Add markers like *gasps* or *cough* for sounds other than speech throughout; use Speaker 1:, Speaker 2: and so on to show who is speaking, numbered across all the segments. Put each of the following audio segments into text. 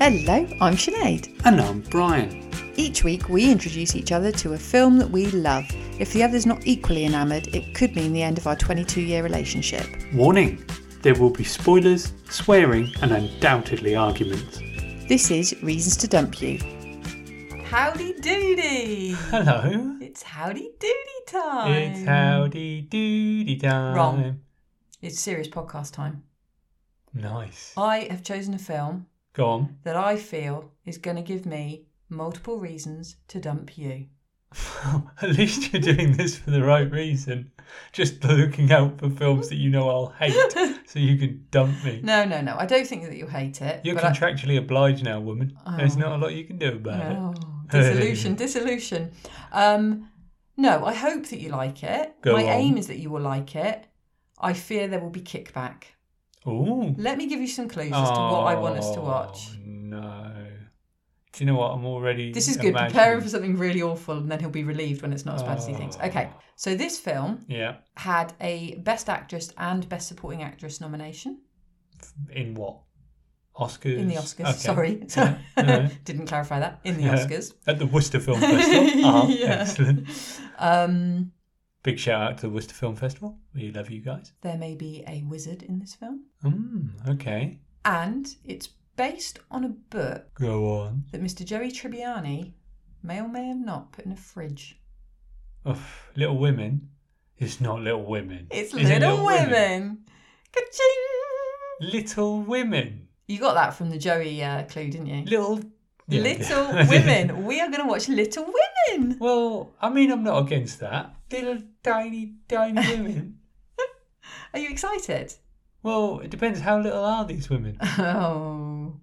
Speaker 1: Hello, I'm Sinead.
Speaker 2: And I'm Brian.
Speaker 1: Each week we introduce each other to a film that we love. If the other's not equally enamoured, it could mean the end of our 22 year relationship.
Speaker 2: Warning there will be spoilers, swearing, and undoubtedly arguments.
Speaker 1: This is Reasons to Dump You.
Speaker 3: Howdy doody!
Speaker 2: Hello.
Speaker 3: It's howdy doody time!
Speaker 2: howdy doody time.
Speaker 3: Wrong. It's serious podcast time.
Speaker 2: Nice.
Speaker 3: I have chosen a film
Speaker 2: Go on. *laughs*
Speaker 3: that I feel is going to give me multiple reasons to dump you.
Speaker 2: At least you're doing this for the right reason. Just looking out for films that you know I'll hate so you can dump me.
Speaker 3: No, no, no. I don't think that you'll hate it.
Speaker 2: You're
Speaker 3: but I-
Speaker 2: contractually obliged now, woman. There's
Speaker 3: Oh.
Speaker 2: not a lot you can do about
Speaker 3: No,
Speaker 2: Hey.
Speaker 3: Oh,
Speaker 2: *laughs*
Speaker 3: dissolution, dissolution. Um, no, I hope that you like it.
Speaker 2: Go
Speaker 3: My
Speaker 2: on.
Speaker 3: aim is that you will like it. I fear there will be kickback.
Speaker 2: it. Ooh.
Speaker 3: Let me give you some clues as to what I want us to watch.
Speaker 2: Oh, No. Do you know what? I'm already. *laughs*
Speaker 3: This is good.
Speaker 2: imagining-
Speaker 3: Prepare him for something really awful, and then he'll be relieved when it's not as bad as he thinks.
Speaker 2: Oh.
Speaker 3: Okay, so this film
Speaker 2: Yeah.
Speaker 3: had a Best Actress and Best Supporting Actress nomination
Speaker 2: In what? Oscars.
Speaker 3: in the Oscars.
Speaker 2: Okay. *laughs*
Speaker 3: Sorry, sorry, *laughs*
Speaker 2: no.
Speaker 3: didn't clarify that. In the
Speaker 2: Yeah.
Speaker 3: Oscars,
Speaker 2: At the Worcester
Speaker 3: *laughs*
Speaker 2: Film Festival. Ah,
Speaker 3: Yeah.
Speaker 2: excellent.
Speaker 3: um,
Speaker 2: Big shout out to the Worcester Film Festival. We love you guys.
Speaker 3: there may be a wizard in this film,
Speaker 2: Mm, okay.
Speaker 3: and it's based on a book
Speaker 2: Go on.
Speaker 3: that Mr. Joey Tribbiani may or may have not put in a fridge.
Speaker 2: Ugh, Little Women. It's not Little Women.
Speaker 3: It's
Speaker 2: Is it
Speaker 3: Little Women. Ka-ching!
Speaker 2: Little Women.
Speaker 3: You got that from the Joey uh, clue, didn't you?
Speaker 2: Little. Yeah. *laughs*
Speaker 3: Little Women. We are going to watch Little Women.
Speaker 2: well, I mean, I'm not against that. Little tiny, tiny women.
Speaker 3: *laughs* Are you excited?
Speaker 2: Well, it depends how little are these women.
Speaker 3: Oh,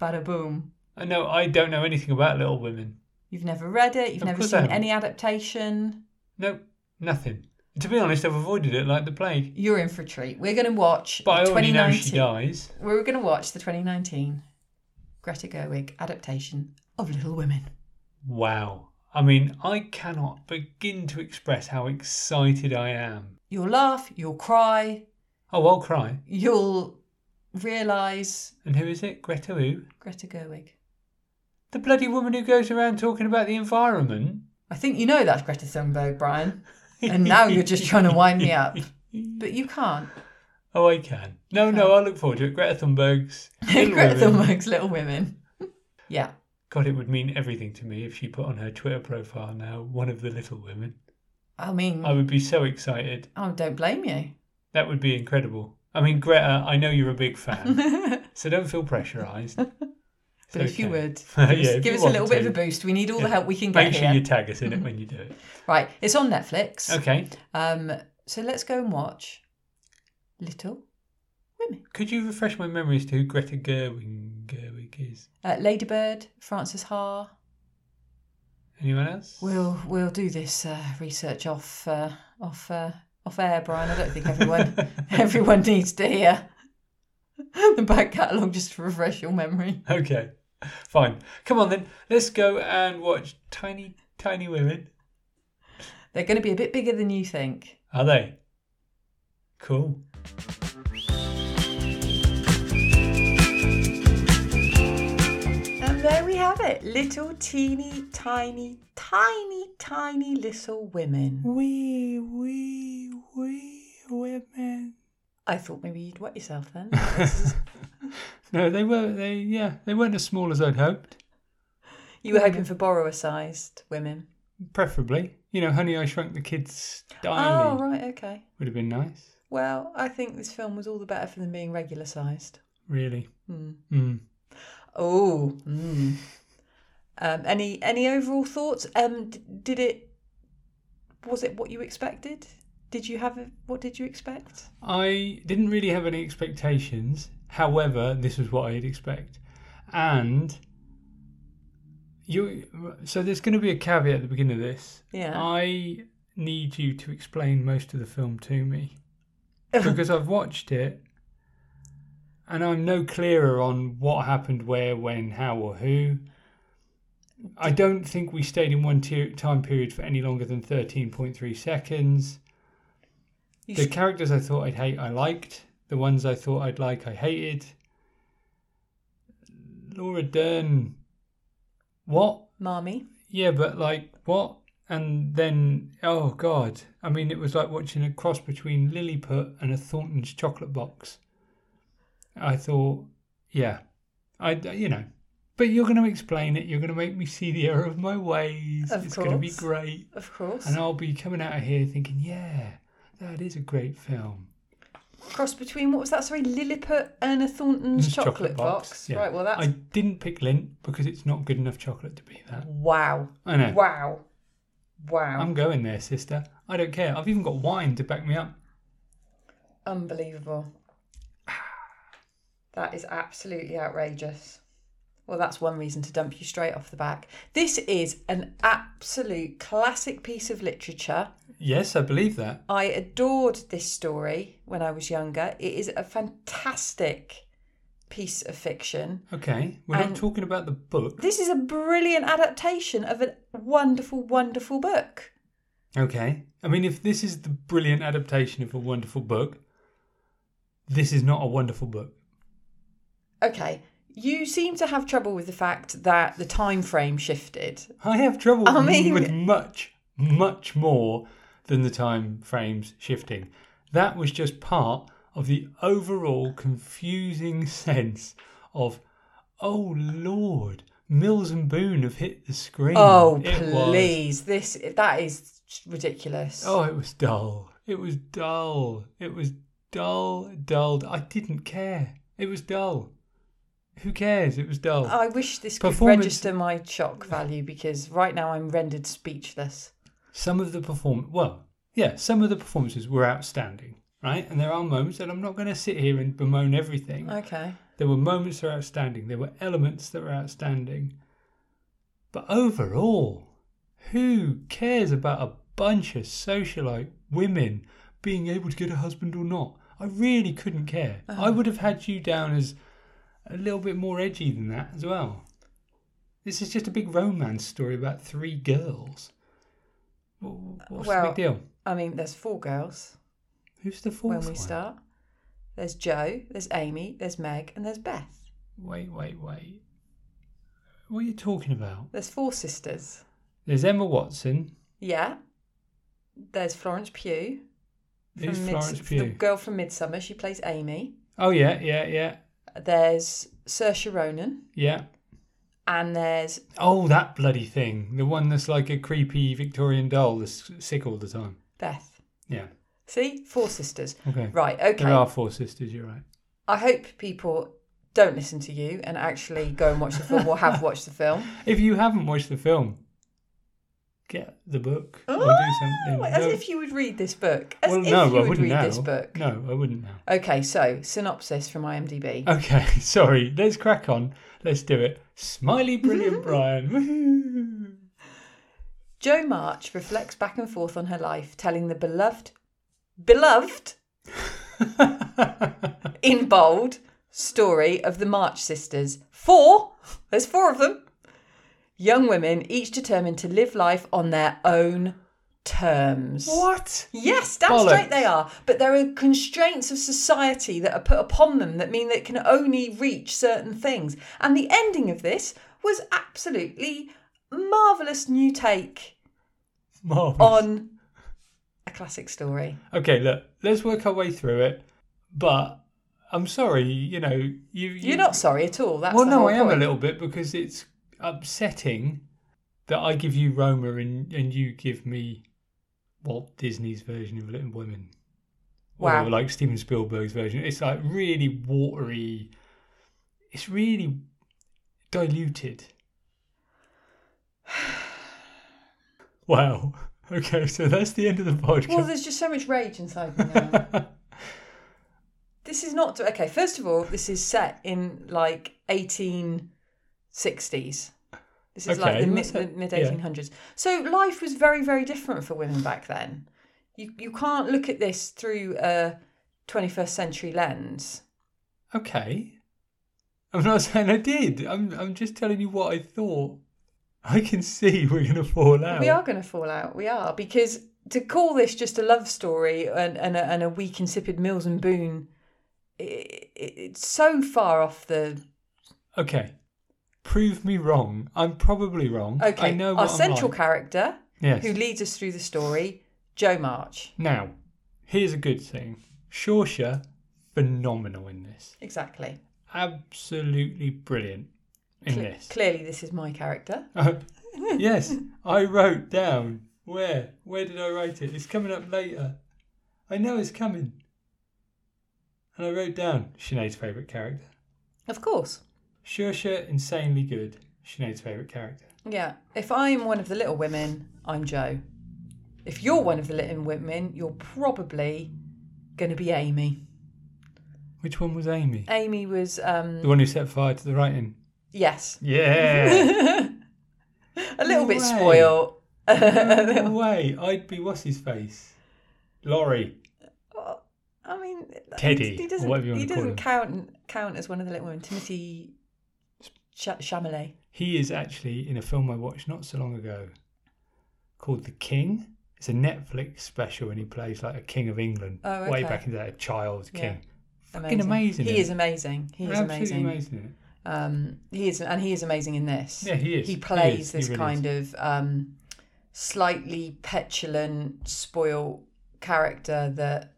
Speaker 3: bada boom.
Speaker 2: I know I don't know anything about Little Women.
Speaker 3: You've never read it. You've
Speaker 2: Of
Speaker 3: never
Speaker 2: course
Speaker 3: seen
Speaker 2: I haven't.
Speaker 3: any adaptation.
Speaker 2: Nope, nothing. To be honest, I've avoided it like the plague.
Speaker 3: You're in for a treat. We're going to watch
Speaker 2: But I
Speaker 3: the
Speaker 2: already know she
Speaker 3: 2019.
Speaker 2: dies.
Speaker 3: We're going to watch the 2019 Greta Gerwig adaptation of Little Women.
Speaker 2: Wow. I mean, I cannot begin to express how excited I am.
Speaker 3: You'll laugh. You'll cry.
Speaker 2: Oh, I'll cry.
Speaker 3: You'll realise
Speaker 2: And who is it? Greta who?
Speaker 3: Greta Gerwig.
Speaker 2: The bloody woman who goes around talking about the environment.
Speaker 3: I think you know that's Greta Thunberg, Brian. And now you're just trying to wind me up. But you can't. *laughs*
Speaker 2: Oh, I can. No, no, I look forward to it. Greta Thunberg's. Little
Speaker 3: Greta
Speaker 2: Women.
Speaker 3: Thunberg's Little Women. *laughs* yeah.
Speaker 2: God, it would mean everything to me if she put on her Twitter profile now one of the little women.
Speaker 3: I mean,
Speaker 2: I would be so excited.
Speaker 3: I don't blame you. *laughs*
Speaker 2: That would be incredible. I mean, Greta, I know you're a big fan,
Speaker 3: but
Speaker 2: so don't
Speaker 3: *laughs*
Speaker 2: feel pressurised. But
Speaker 3: if you
Speaker 2: *laughs*
Speaker 3: would, give
Speaker 2: Yeah,
Speaker 3: us,
Speaker 2: if
Speaker 3: give
Speaker 2: you
Speaker 3: us a little
Speaker 2: want
Speaker 3: bit
Speaker 2: to.
Speaker 3: of a boost. We need all
Speaker 2: Yeah.
Speaker 3: the help we can get
Speaker 2: make sure
Speaker 3: here.
Speaker 2: you tag us in it when you
Speaker 3: *laughs*
Speaker 2: do it.
Speaker 3: Right. It's on Netflix.
Speaker 2: Okay.
Speaker 3: Um, so let's go and watch Little Women.
Speaker 2: Could you refresh my memory as to who Greta Gerwig, Gerwig is?
Speaker 3: Uh, Ladybird, Frances Ha.
Speaker 2: Anyone else?
Speaker 3: We'll we'll do this uh, research off uh, off uh, off air, Brian. I don't think everyone *laughs* everyone needs to hear *laughs* the back catalogue just to refresh your memory.
Speaker 2: okay. Fine. Come on then. Let's go and watch Tiny, Tiny Women.
Speaker 3: They're going to be a bit bigger than you think.
Speaker 2: Are they? Cool.
Speaker 3: And there we have it, little teeny tiny tiny tiny little women.
Speaker 2: We, we, we women.
Speaker 3: I thought maybe you'd wet yourself *laughs* then.
Speaker 2: no, they were. They yeah, they weren't as small as I'd hoped.
Speaker 3: You were hoping for borrower-sized women.
Speaker 2: Preferably, you know, Honey, I Shrunk the Kids
Speaker 3: Oh
Speaker 2: style
Speaker 3: right, okay.
Speaker 2: would have been nice.
Speaker 3: Well, I think this film was all the better for them being regular-sized.
Speaker 2: Really.
Speaker 3: Hmm.
Speaker 2: Mm.
Speaker 3: Oh. Mm. Um, any any overall thoughts? Um, d- did it was it what you expected? Did you have a, what did you expect?
Speaker 2: I didn't really have any expectations. However, this was what I'd expect, and you. So there's going to be a caveat at the beginning of this.
Speaker 3: Yeah.
Speaker 2: I need you to explain most of the film to
Speaker 3: *laughs*
Speaker 2: me. because I've watched it and I'm no clearer on what happened where, when, how, or who. I don't think we stayed in one tier time period for any longer than 13.3 seconds.
Speaker 3: You
Speaker 2: The
Speaker 3: s-
Speaker 2: characters I thought I'd hate, I liked. The ones I thought I'd like, I hated. Laura Dern, what?
Speaker 3: Marmy.
Speaker 2: Yeah, but like what? And then, oh god! I mean, it was like watching a cross between Lilliput and a Thornton's chocolate box. I thought, yeah, I you know, but you're going to explain it. You're going to make me see the error of my ways.
Speaker 3: Of
Speaker 2: it's going to be
Speaker 3: course.
Speaker 2: great,
Speaker 3: Of course.
Speaker 2: and I'll be coming out of here thinking, yeah, that is a great film.
Speaker 3: Cross between what was that? Sorry, Lilliput and a Thornton's
Speaker 2: It's
Speaker 3: chocolate, box.
Speaker 2: yeah.
Speaker 3: Right. Well, that's
Speaker 2: I didn't pick Lint because it's not good enough chocolate to be that.
Speaker 3: wow,
Speaker 2: I know.
Speaker 3: wow, wow.
Speaker 2: I'm going there, sister. I don't care. I've even got wine to back me up.
Speaker 3: Unbelievable. *sighs* That is absolutely outrageous. Well, that's one reason to dump you straight off the back. This is an absolute classic piece of literature.
Speaker 2: Yes, I believe that.
Speaker 3: I adored this story when I was younger. It is a fantastic piece of fiction.
Speaker 2: Okay, we're
Speaker 3: And-
Speaker 2: not talking about the book.
Speaker 3: This is a brilliant adaptation of a wonderful, wonderful book.
Speaker 2: Okay. I mean, if this is the brilliant adaptation of a wonderful book, this is not a wonderful book.
Speaker 3: Okay, you seem to have trouble with the fact that the time frame shifted
Speaker 2: I have trouble
Speaker 3: I mean-
Speaker 2: with much, much more than the time frames shifting. That was just part of the overall confusing sense of, oh Lord, Mills and Boone have hit the screen.
Speaker 3: Oh
Speaker 2: It was-
Speaker 3: please! This that is ridiculous.
Speaker 2: oh, it was dull. It was dull. It was dull, dull. I didn't care. It was dull. Who cares? It was dull.
Speaker 3: I wish this could
Speaker 2: Performance-
Speaker 3: register my shock value because right now I'm rendered speechless.
Speaker 2: some of the perform well yeah some of the performances were outstanding right and there are moments that i'm not going to sit here and bemoan everything
Speaker 3: Okay.
Speaker 2: there were moments that were outstanding there were elements that were outstanding but overall who cares about a bunch of socialite women being able to get a husband or not i really couldn't care i
Speaker 3: Uh-huh.
Speaker 2: would have had you down as a little bit more edgy than that as well this is just a big romance story about three girls Wh- what's the
Speaker 3: Well,
Speaker 2: big deal
Speaker 3: I mean, there's four girls
Speaker 2: who's the fourth
Speaker 3: when we
Speaker 2: one?
Speaker 3: start. There's Joe, there's Amy, there's Meg, and there's Beth.
Speaker 2: wait wait wait what are you talking about
Speaker 3: There's four sisters.
Speaker 2: There's Emma Watson.
Speaker 3: Yeah. There's Florence Pugh.
Speaker 2: Who's
Speaker 3: from
Speaker 2: Florence
Speaker 3: Midsu- The
Speaker 2: Pugh?
Speaker 3: girl from Midsummer. She plays Amy.
Speaker 2: Oh yeah, yeah, yeah,
Speaker 3: There's Saoirse Ronan,
Speaker 2: yeah.
Speaker 3: and there's
Speaker 2: Oh, that bloody thing. The one that's like a creepy Victorian doll that's sick all the time.
Speaker 3: Beth.
Speaker 2: Yeah.
Speaker 3: See, four sisters.
Speaker 2: Okay.
Speaker 3: Right. Okay.
Speaker 2: There are four sisters, you're right.
Speaker 3: I hope people don't listen to you and actually go and watch the film or have watched the
Speaker 2: *laughs*
Speaker 3: film.
Speaker 2: If you haven't watched the film, get the book or do something.
Speaker 3: Oh, as
Speaker 2: No-
Speaker 3: if you would read this book. As
Speaker 2: well,
Speaker 3: if
Speaker 2: no,
Speaker 3: you
Speaker 2: I
Speaker 3: would
Speaker 2: wouldn't
Speaker 3: read
Speaker 2: now.
Speaker 3: this book.
Speaker 2: No, I wouldn't now. *laughs*
Speaker 3: Okay, so synopsis from IMDb.
Speaker 2: Okay, sorry. Let's crack on. Let's do it.
Speaker 3: *laughs*
Speaker 2: Smiley, brilliant Brian. *laughs* Woohoo.
Speaker 3: Jo March reflects back and forth on her life, telling the beloved, beloved in bold story of the March sisters. Four, there's four of them. Young women, each determined to live life on their own terms.
Speaker 2: what?
Speaker 3: Yes, damn
Speaker 2: Bollocks.
Speaker 3: straight they are. But there are constraints of society that are put upon them that mean that it can only reach certain things. And the ending of this was absolutely marvellous new take
Speaker 2: Marvelous.
Speaker 3: on a classic story.
Speaker 2: Okay, look, let's work our way through it. But I'm sorry, you know, you, you
Speaker 3: You're not sorry at all. That's
Speaker 2: Well,
Speaker 3: the
Speaker 2: no,
Speaker 3: whole
Speaker 2: I am a
Speaker 3: point.
Speaker 2: little bit because it's upsetting that I give you Roma and and you give me Walt Disney's version of Little Women.
Speaker 3: Wow.
Speaker 2: Or like Steven Spielberg's version. It's like really watery. It's really
Speaker 3: *sighs*
Speaker 2: diluted. Wow. *laughs* Okay, so that's the end of the podcast.
Speaker 3: Well, there's just so much rage inside me now.
Speaker 2: *laughs*
Speaker 3: this is not okay. First of all, this is set in like 1860s. This is like
Speaker 2: Okay,
Speaker 3: the mid,
Speaker 2: what's that?
Speaker 3: the mid
Speaker 2: Yeah.
Speaker 3: 1800s. So life was very, very different for women back then. You you can't look at this through a 21st century lens.
Speaker 2: Okay. *laughs* I'm not saying I did. I'm I'm just telling you what I thought. I can see *laughs* we're gonna fall out.
Speaker 3: We are going to fall out. We are because to call this just a love story and and a, and a weak insipid Mills and Boone, i i it's so far off the
Speaker 2: Okay. prove me wrong. I'm probably wrong.
Speaker 3: Okay,
Speaker 2: I know
Speaker 3: our
Speaker 2: what I'm
Speaker 3: central
Speaker 2: like.
Speaker 3: character
Speaker 2: Yes.
Speaker 3: who leads us through the story, Joe March.
Speaker 2: Now, here's a good thing. Shorsha, phenomenal in this.
Speaker 3: Exactly.
Speaker 2: Absolutely brilliant in
Speaker 3: Cle-
Speaker 2: this.
Speaker 3: Clearly, this is my character.
Speaker 2: *laughs* yes, I wrote down where. Where did I write it? It's coming up later. I know it's coming. And I wrote down Sinead's favourite character.
Speaker 3: Of course.
Speaker 2: Shorsha, insanely good. Sinead's favourite character.
Speaker 3: Yeah. If I'm one of the little women, I'm Joe. If you're one of the little women, you're probably going to be Amy.
Speaker 2: Which one was Amy?
Speaker 3: Amy was, um,
Speaker 2: The one who set fire to the writing.
Speaker 3: yes,
Speaker 2: Yeah.
Speaker 3: a little bit
Speaker 2: Way.
Speaker 3: spoiled. *laughs*
Speaker 2: no way. I'd be what's his face? Laurie.
Speaker 3: I mean, he-
Speaker 2: Teddy,
Speaker 3: He
Speaker 2: or
Speaker 3: doesn't,
Speaker 2: whatever you
Speaker 3: he
Speaker 2: wanna call
Speaker 3: doesn't
Speaker 2: him.
Speaker 3: count count as one of the little women. Timothy Ch- Chalamet.
Speaker 2: He is actually in a film I watched not so long ago called The King. It's a Netflix special and he plays like a King of England.
Speaker 3: Oh,
Speaker 2: Way
Speaker 3: okay.
Speaker 2: back in the day, a child
Speaker 3: Yeah.
Speaker 2: king. Fucking amazing,
Speaker 3: He
Speaker 2: isn't
Speaker 3: is amazing. He is
Speaker 2: Absolutely
Speaker 3: amazing.
Speaker 2: amazing. isn't it?
Speaker 3: Um, he is, and he is amazing in this.
Speaker 2: Yeah, he is.
Speaker 3: He
Speaker 2: He
Speaker 3: plays
Speaker 2: is. He
Speaker 3: this
Speaker 2: really
Speaker 3: kind of um, slightly petulant, spoiled character that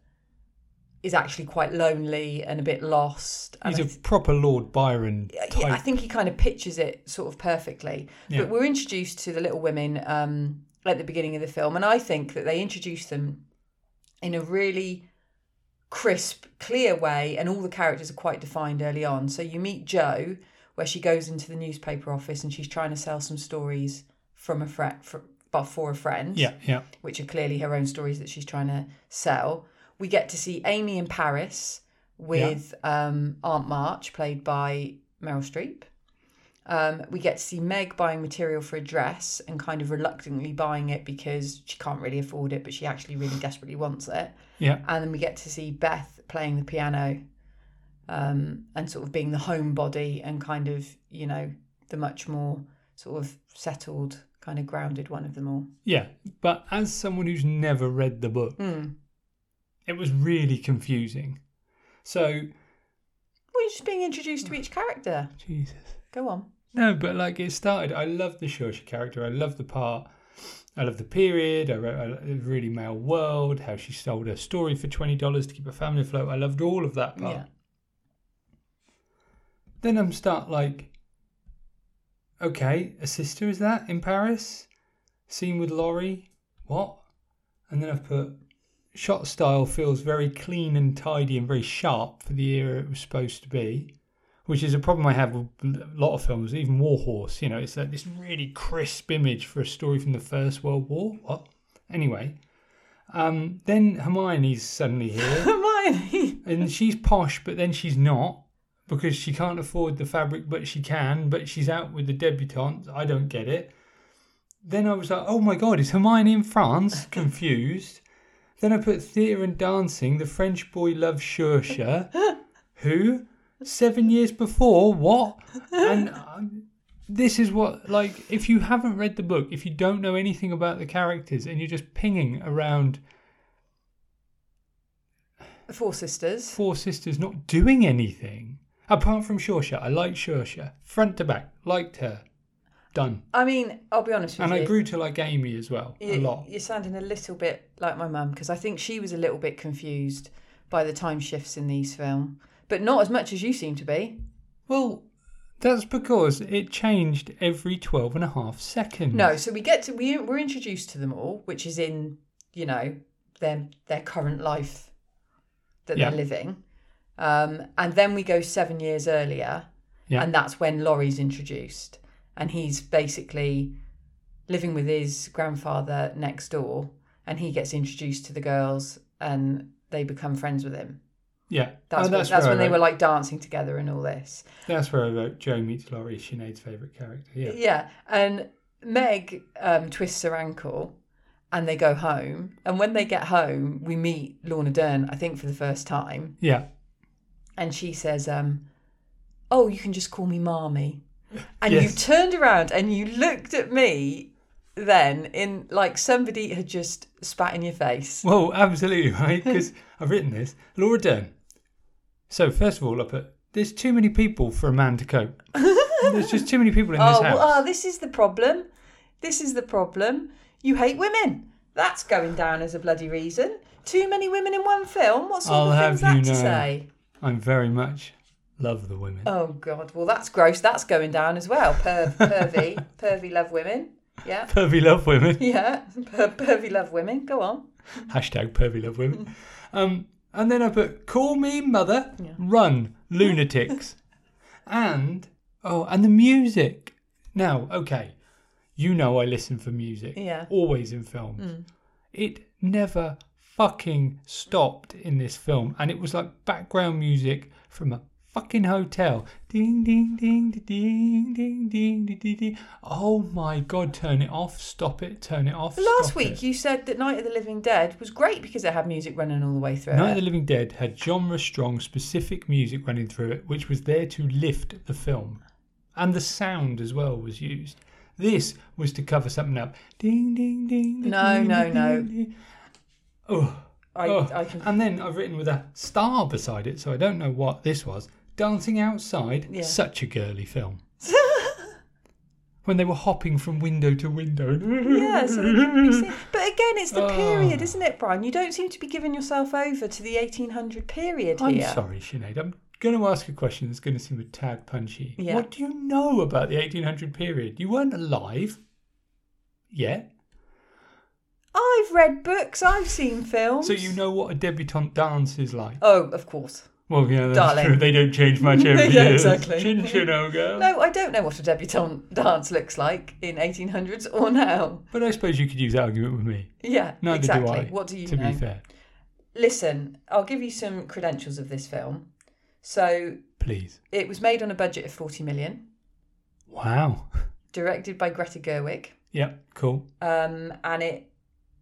Speaker 3: is actually quite lonely and a bit lost. And I
Speaker 2: He's a proper Lord Byron
Speaker 3: yeah,
Speaker 2: type.
Speaker 3: I think he kind of pictures it sort of perfectly.
Speaker 2: Yeah.
Speaker 3: But we're introduced to the Little Women um, at the beginning of the film, and I think that they introduce them in a really crisp, clear way, and all the characters are quite defined early on. So you meet Jo, where she goes into the newspaper office and she's trying to sell some stories from a friend, but for a friend
Speaker 2: yeah, yeah.
Speaker 3: which are clearly her own stories that she's trying to sell. We get to see Amy in Paris with um, Aunt March, played by Meryl Streep. Um, we get to see Meg buying material for a dress and kind of reluctantly buying it because she can't really afford it, but she actually really desperately wants it.
Speaker 2: Yeah.
Speaker 3: And then we get to see Beth playing the piano um, and sort of being the homebody and kind of, you know, the much more sort of settled, kind of grounded one of them all.
Speaker 2: Yeah. But as someone who's never read the book,
Speaker 3: Hmm.
Speaker 2: it was really confusing. So,
Speaker 3: We're just being introduced to each character.
Speaker 2: Jesus.
Speaker 3: Go on.
Speaker 2: No, but like it started. I love the Shosha character. I love the part. I love the period. I wrote I- a really male world. How she sold her story for twenty dollars to keep her family afloat. I loved all of that part.
Speaker 3: Yeah.
Speaker 2: *laughs* Then I'm start like, okay, a sister is that in Paris? Scene with Laurie. What? And then I've put shot style feels very clean and tidy and very sharp for the era it was supposed to be which is a problem I have with a lot of films, even War Horse. You know, it's like this really crisp image for a story from the First World War. What? Anyway, um, then Hermione's suddenly here,
Speaker 3: Hermione.
Speaker 2: and she's posh, but then she's not because she can't afford the fabric, but she can. But she's out with the debutante. I don't get it. Then I was like, oh my god, is Hermione in France? Confused. then I put theatre and dancing. The French boy loves Shorsha. Who? Seven years before? What? And um, this is what, like, if you haven't read the book, if you don't know anything about the characters and you're just pinging around
Speaker 3: The *laughs* Four Sisters.
Speaker 2: four sisters not doing anything apart from Shorsha. I like Shorsha, front to back, liked her, done.
Speaker 3: I mean, I'll be honest with
Speaker 2: And
Speaker 3: you.
Speaker 2: I grew to like Amy as well
Speaker 3: you,
Speaker 2: a lot.
Speaker 3: You're sounding a little bit like my mum because I think she was a little bit confused by the time shifts in these film, but not as much as you seem to be.
Speaker 2: Well, that's because it changed every 12 and a half seconds.
Speaker 3: No, so we get to we we're introduced to them all, which is in you know their their current life that
Speaker 2: Yeah.
Speaker 3: they're living, um, and then we go seven years earlier,
Speaker 2: Yeah.
Speaker 3: and that's when Laurie's introduced, and he's basically living with his grandfather next door, and he gets introduced to the girls, and they become friends with him.
Speaker 2: Yeah.
Speaker 3: That's, when,
Speaker 2: Oh,
Speaker 3: that's
Speaker 2: where
Speaker 3: when
Speaker 2: I
Speaker 3: they were
Speaker 2: wrote-
Speaker 3: like dancing together and all this.
Speaker 2: That's where I wrote Joe meets Laurie, Sinead's favourite character. Yeah.
Speaker 3: Yeah, and Meg um, twists her ankle, and they go home. And when they get home, we meet Lorna Dern, I think, for the first time,
Speaker 2: Yeah.
Speaker 3: and she says, um, "Oh, you can just call me
Speaker 2: *laughs*
Speaker 3: Marmy." And you
Speaker 2: Yes.
Speaker 3: turned around and you looked at me, then in like somebody had just spat in your face.
Speaker 2: Well, absolutely, *laughs* right? Because I've written this.
Speaker 3: *laughs*
Speaker 2: Laura Dern. So, first of all, I put, there's too many people for a man to cope. there's just too many people in this
Speaker 3: oh,
Speaker 2: house.
Speaker 3: well, oh, this is the problem. This is the problem. You hate women. That's going down as a bloody reason. Too many women in one film. What sort
Speaker 2: I'll
Speaker 3: of
Speaker 2: have
Speaker 3: things that
Speaker 2: you
Speaker 3: to
Speaker 2: know.
Speaker 3: say?
Speaker 2: I'm very much love the women.
Speaker 3: Oh God. Well, that's gross. That's going down as well. Perv, pervy,
Speaker 2: *laughs*
Speaker 3: pervy love women. Yeah,
Speaker 2: Pervy love women.
Speaker 3: yeah. Per- pervy love women. Go on.
Speaker 2: *laughs* Hashtag pervy love women. Um, and then I put call me mother, run
Speaker 3: *laughs*
Speaker 2: lunatics, and oh, and the music. Now, okay, you know I listen for music.
Speaker 3: Yeah. Mm.
Speaker 2: Always in films. It never fucking stopped in this film, and it was like background music from a fucking hotel. Ding ding ding da- ding ding ding ding ding. ding. Oh my god! Turn it off. Stop it. Turn it off.
Speaker 3: Last
Speaker 2: stop
Speaker 3: week
Speaker 2: it.
Speaker 3: you said that Night of the Living Dead was great because it had music running all the way through.
Speaker 2: Night of
Speaker 3: it.
Speaker 2: the Living Dead had genre strong, specific music running through it, which was there to lift the film. And the sound as well was used. This was to cover something up. Ding, ding, ding. ding,
Speaker 3: No,
Speaker 2: ding,
Speaker 3: no,
Speaker 2: ding,
Speaker 3: no.
Speaker 2: ding. Oh,
Speaker 3: I,
Speaker 2: oh.
Speaker 3: I can. *laughs*
Speaker 2: And then I've written with a star beside it, so I don't know what this was. Dancing Outside,
Speaker 3: Yeah.
Speaker 2: such a girly film. when they were hopping from window to window. *laughs*
Speaker 3: Yeah, so they can be seen. But again, it's the
Speaker 2: Ah.
Speaker 3: period, isn't it, Brian? You don't seem to be giving yourself over to the 1800 period
Speaker 2: I'm
Speaker 3: here.
Speaker 2: sorry, Sinead. I'm going to ask a question that's going to seem a tad punchy.
Speaker 3: Yeah.
Speaker 2: What do you know about the 1800 period? You weren't alive yet,
Speaker 3: I've read books, I've seen films.
Speaker 2: so you know what a debutante dance is like.
Speaker 3: Oh, of course.
Speaker 2: Well, yeah, that's
Speaker 3: Darling.
Speaker 2: true. They don't
Speaker 3: *laughs*
Speaker 2: change much every
Speaker 3: Yeah,
Speaker 2: year.
Speaker 3: exactly.
Speaker 2: Chin chin, oh girl.
Speaker 3: No, I don't know what a debutante dance looks like in 1800s or now.
Speaker 2: But I suppose you could use that argument with me.
Speaker 3: Yeah,
Speaker 2: Neither
Speaker 3: exactly.
Speaker 2: do I.
Speaker 3: What do you
Speaker 2: to
Speaker 3: know?
Speaker 2: be fair,
Speaker 3: Listen, I'll give you some credentials of this film. So
Speaker 2: please.
Speaker 3: it was made on a budget of 40 million,
Speaker 2: Wow.
Speaker 3: directed by Greta Gerwig,
Speaker 2: Yep. Cool.
Speaker 3: um, and it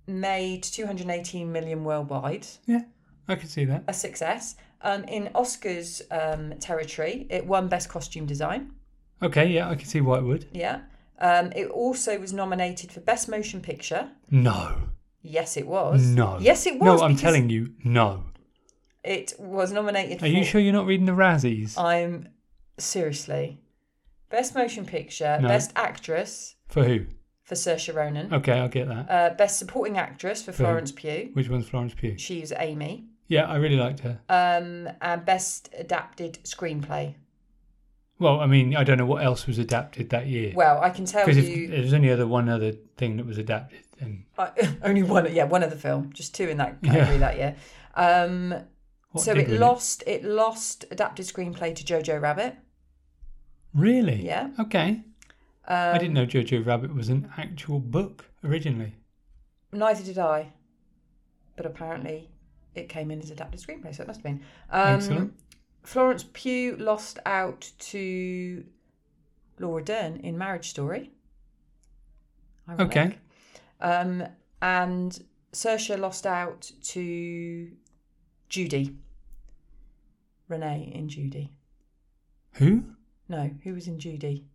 Speaker 3: made 218 million worldwide.
Speaker 2: Yeah, I can see that.
Speaker 3: a success. Um, in Oscars um, territory, it won Best Costume Design.
Speaker 2: Okay. Yeah, I can see why it would.
Speaker 3: Yeah. Um, it also was nominated for Best Motion Picture.
Speaker 2: No.
Speaker 3: Yes, it was.
Speaker 2: No.
Speaker 3: Yes, it was.
Speaker 2: No, I'm
Speaker 3: because
Speaker 2: telling you, no.
Speaker 3: It was nominated.
Speaker 2: Are you
Speaker 3: for-
Speaker 2: sure you're not reading the Razzies?
Speaker 3: I'm seriously. Best Motion Picture,
Speaker 2: No. Oh.
Speaker 3: Best Actress
Speaker 2: For who?
Speaker 3: for Saoirse Ronan,
Speaker 2: Okay, I'll get that.
Speaker 3: uh, Best Supporting Actress for
Speaker 2: Fair.
Speaker 3: Florence Pugh.
Speaker 2: Which one's Florence Pugh?
Speaker 3: She was Amy.
Speaker 2: Yeah, I really liked her.
Speaker 3: Um, and Best Adapted Screenplay.
Speaker 2: Well, I mean, I don't know what else was adapted that year.
Speaker 3: Well, I can tell
Speaker 2: Because if
Speaker 3: you.
Speaker 2: there's only other one other thing that was adapted, then
Speaker 3: I, *laughs* only one, yeah, one other film, just two in that category
Speaker 2: Yeah.
Speaker 3: that year. Um,
Speaker 2: what
Speaker 3: so
Speaker 2: did
Speaker 3: it
Speaker 2: we-
Speaker 3: lost, it lost adapted screenplay to Jojo Rabbit.
Speaker 2: Really?
Speaker 3: Yeah.
Speaker 2: Okay.
Speaker 3: Um,
Speaker 2: I didn't know Jojo Rabbit was an actual book originally.
Speaker 3: Neither did I, but apparently it came in as adapted screenplay, so it must have been. Um,
Speaker 2: Excellent.
Speaker 3: Florence Pugh lost out to Laura Dern in Marriage Story. Ironic.
Speaker 2: Okay.
Speaker 3: Um, and Saoirse lost out to Judy. Renee in Judy.
Speaker 2: Who?
Speaker 3: No, who was in Judy?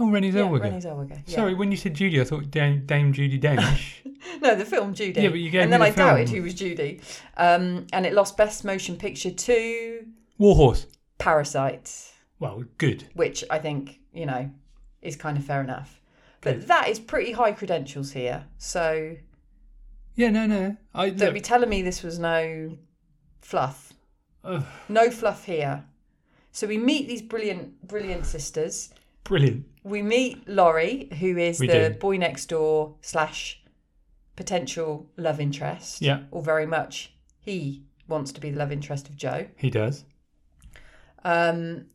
Speaker 2: Oh, Renée
Speaker 3: Yeah,
Speaker 2: Zellweger.
Speaker 3: Renee Zellweger. Yeah.
Speaker 2: Sorry, when you said Judy, I thought Dame, Dame Judy
Speaker 3: *laughs*
Speaker 2: Dench.
Speaker 3: No, the film Judy.
Speaker 2: Yeah, but you gave
Speaker 3: And
Speaker 2: me
Speaker 3: then
Speaker 2: the
Speaker 3: I doubted
Speaker 2: film.
Speaker 3: who was Judy. Um, and it lost Best Motion Picture to
Speaker 2: Warhorse.
Speaker 3: Parasite,
Speaker 2: Well, good.
Speaker 3: which I think, you know, is kind of fair enough. But
Speaker 2: Good.
Speaker 3: that is pretty high credentials here. So
Speaker 2: Yeah, no, no. I
Speaker 3: don't
Speaker 2: look,
Speaker 3: be telling me this was no fluff.
Speaker 2: Ugh.
Speaker 3: No fluff here. So we meet these brilliant, brilliant sisters.
Speaker 2: brilliant.
Speaker 3: We meet Laurie, who is
Speaker 2: We
Speaker 3: the
Speaker 2: do.
Speaker 3: boy next door slash potential love interest.
Speaker 2: Yeah.
Speaker 3: Or very much he wants to be the love interest of Joe.
Speaker 2: He does.
Speaker 3: Um,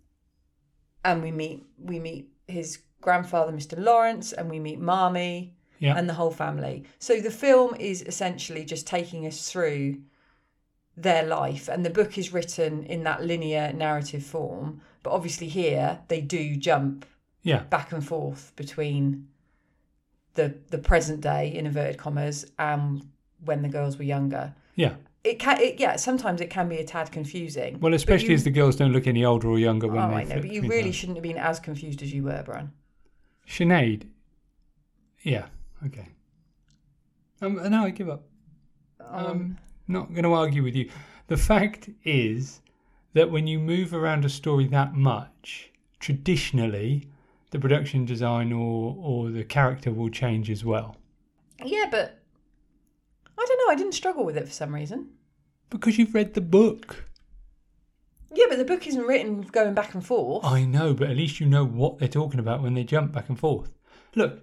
Speaker 3: and we meet we meet his grandfather, Mr. Lawrence, and we meet Marmy
Speaker 2: Yeah.
Speaker 3: and the whole family. So the film is essentially just taking us through their life, and the book is written in that linear narrative form. But obviously, here they do jump
Speaker 2: yeah.
Speaker 3: back and forth between the the present day in inverted commas and when the girls were younger.
Speaker 2: Yeah.
Speaker 3: It can, it, yeah. Sometimes it can be a tad confusing.
Speaker 2: Well,
Speaker 3: but
Speaker 2: especially
Speaker 3: you-
Speaker 2: as the girls don't look any older or younger when
Speaker 3: Oh,
Speaker 2: they
Speaker 3: I know,
Speaker 2: fit
Speaker 3: but you
Speaker 2: between
Speaker 3: really
Speaker 2: them.
Speaker 3: shouldn't have been as confused as you were, Brian.
Speaker 2: Sinead. Yeah. Okay. Um, no, I give up.
Speaker 3: Um,
Speaker 2: I'm not going to argue with you. The fact is that when you move around a story that much, traditionally the production design or or the character will change as well
Speaker 3: Yeah, but I don't know. I didn't struggle with it for some reason.
Speaker 2: because you've read the book.
Speaker 3: Yeah, but the book isn't written going back and forth.
Speaker 2: I know, but at least you know what they're talking about when they jump back and forth. Look,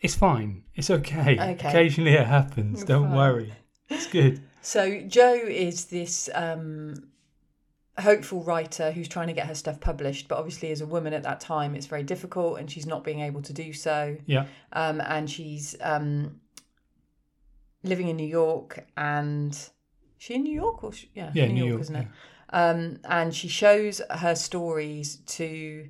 Speaker 2: it's fine. It's okay.
Speaker 3: Okay.
Speaker 2: Occasionally it happens. Don't
Speaker 3: Fine.
Speaker 2: worry. It's *laughs* good.
Speaker 3: So Joe is this um, hopeful writer who's trying to get her stuff published, but obviously as a woman at that time, it's very difficult, and she's not being able to do so.
Speaker 2: Yeah.
Speaker 3: Um, and she's um, living in New York, and she in New York or she, yeah,
Speaker 2: Yeah, New York,
Speaker 3: isn't it? Um, and she shows her stories to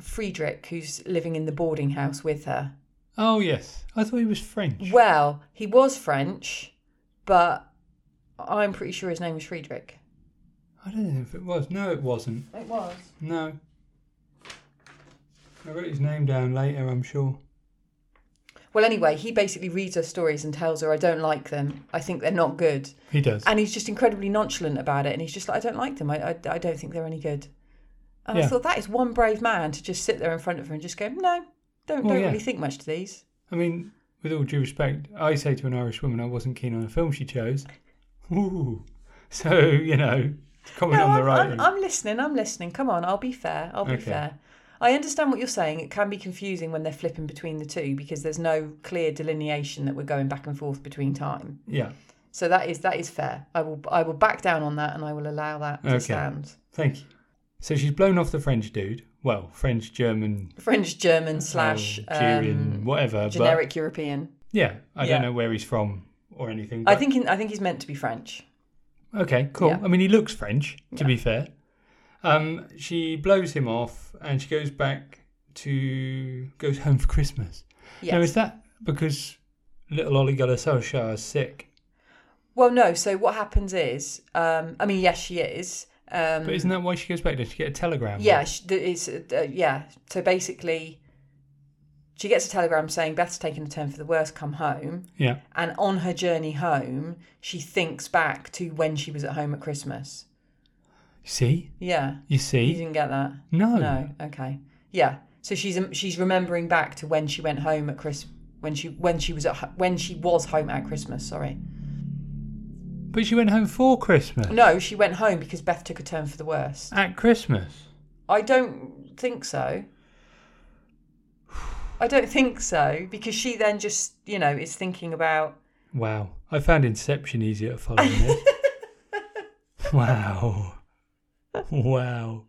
Speaker 3: Friedrich, who's living in the boarding house with her.
Speaker 2: Oh yes. I thought he was French.
Speaker 3: Well, he was French, but I'm pretty sure his name was Friedrich.
Speaker 2: I don't know if it was. No, it wasn't.
Speaker 3: It was.
Speaker 2: No. I wrote his name down later, I'm sure.
Speaker 3: Well, anyway, he basically reads her stories and tells her, I don't like them. I think they're not good.
Speaker 2: He does.
Speaker 3: And he's just incredibly nonchalant about it. And he's just like, I don't like them. I, I, I don't think they're any good. And I
Speaker 2: Yeah.
Speaker 3: thought, that is one brave man to just sit there in front of her and just go, no, don't,
Speaker 2: Well,
Speaker 3: don't
Speaker 2: yeah.
Speaker 3: really think much to these.
Speaker 2: I mean, with all due respect, I say to an Irish woman I wasn't keen on the film she chose. Ooh. So, you know, comment
Speaker 3: No,
Speaker 2: on the
Speaker 3: I'm,
Speaker 2: writing.
Speaker 3: I'm, I'm listening. I'm listening. Come on, I'll be fair. I'll be
Speaker 2: Okay.
Speaker 3: fair. I understand what you're saying. It can be confusing when they're flipping between the two because there's no clear delineation that we're going back and forth between time.
Speaker 2: Yeah.
Speaker 3: So that is that is fair. I will I will back down on that and I will allow that to
Speaker 2: Okay.
Speaker 3: stand.
Speaker 2: Thank you. So she's blown off the French dude. Well, French, German,
Speaker 3: French, German slash
Speaker 2: Algerian,
Speaker 3: um,
Speaker 2: whatever.
Speaker 3: generic European.
Speaker 2: But yeah, I
Speaker 3: Yeah.
Speaker 2: don't know where he's from or anything.
Speaker 3: I
Speaker 2: but-
Speaker 3: think in, I think he's meant to be French.
Speaker 2: Okay, cool.
Speaker 3: Yeah.
Speaker 2: I mean, he looks French, to be fair. Um, she blows him off and she goes back to. goes home for Christmas. Now,
Speaker 3: Yes.
Speaker 2: is that because little Ollie Solskjaer is sick?
Speaker 3: well, no. So what happens is, um, I mean, yes, she is. Um,
Speaker 2: But isn't that why she goes back? Did she get a telegram?
Speaker 3: Yeah, she, th- it's uh, yeah. So basically, she gets a telegram saying Beth's taken a turn for the worse. Come home,
Speaker 2: Yeah.
Speaker 3: and on her journey home, she thinks back to when she was at home at Christmas.
Speaker 2: See?
Speaker 3: Yeah,
Speaker 2: You
Speaker 3: you
Speaker 2: see?
Speaker 3: didn't get that.
Speaker 2: No.
Speaker 3: No, okay, yeah. So she's um, she's remembering back to when she went home at Chris when she when she was at ho- when she was home at Christmas. Sorry,
Speaker 2: But she went home for Christmas.
Speaker 3: no, she went home because Beth took a turn for the worse.
Speaker 2: At Christmas.
Speaker 3: I don't think so. I don't think so because she then just, you know, is thinking about.
Speaker 2: Wow. I found Inception easier to follow
Speaker 3: *laughs*
Speaker 2: than this. wow. Wow.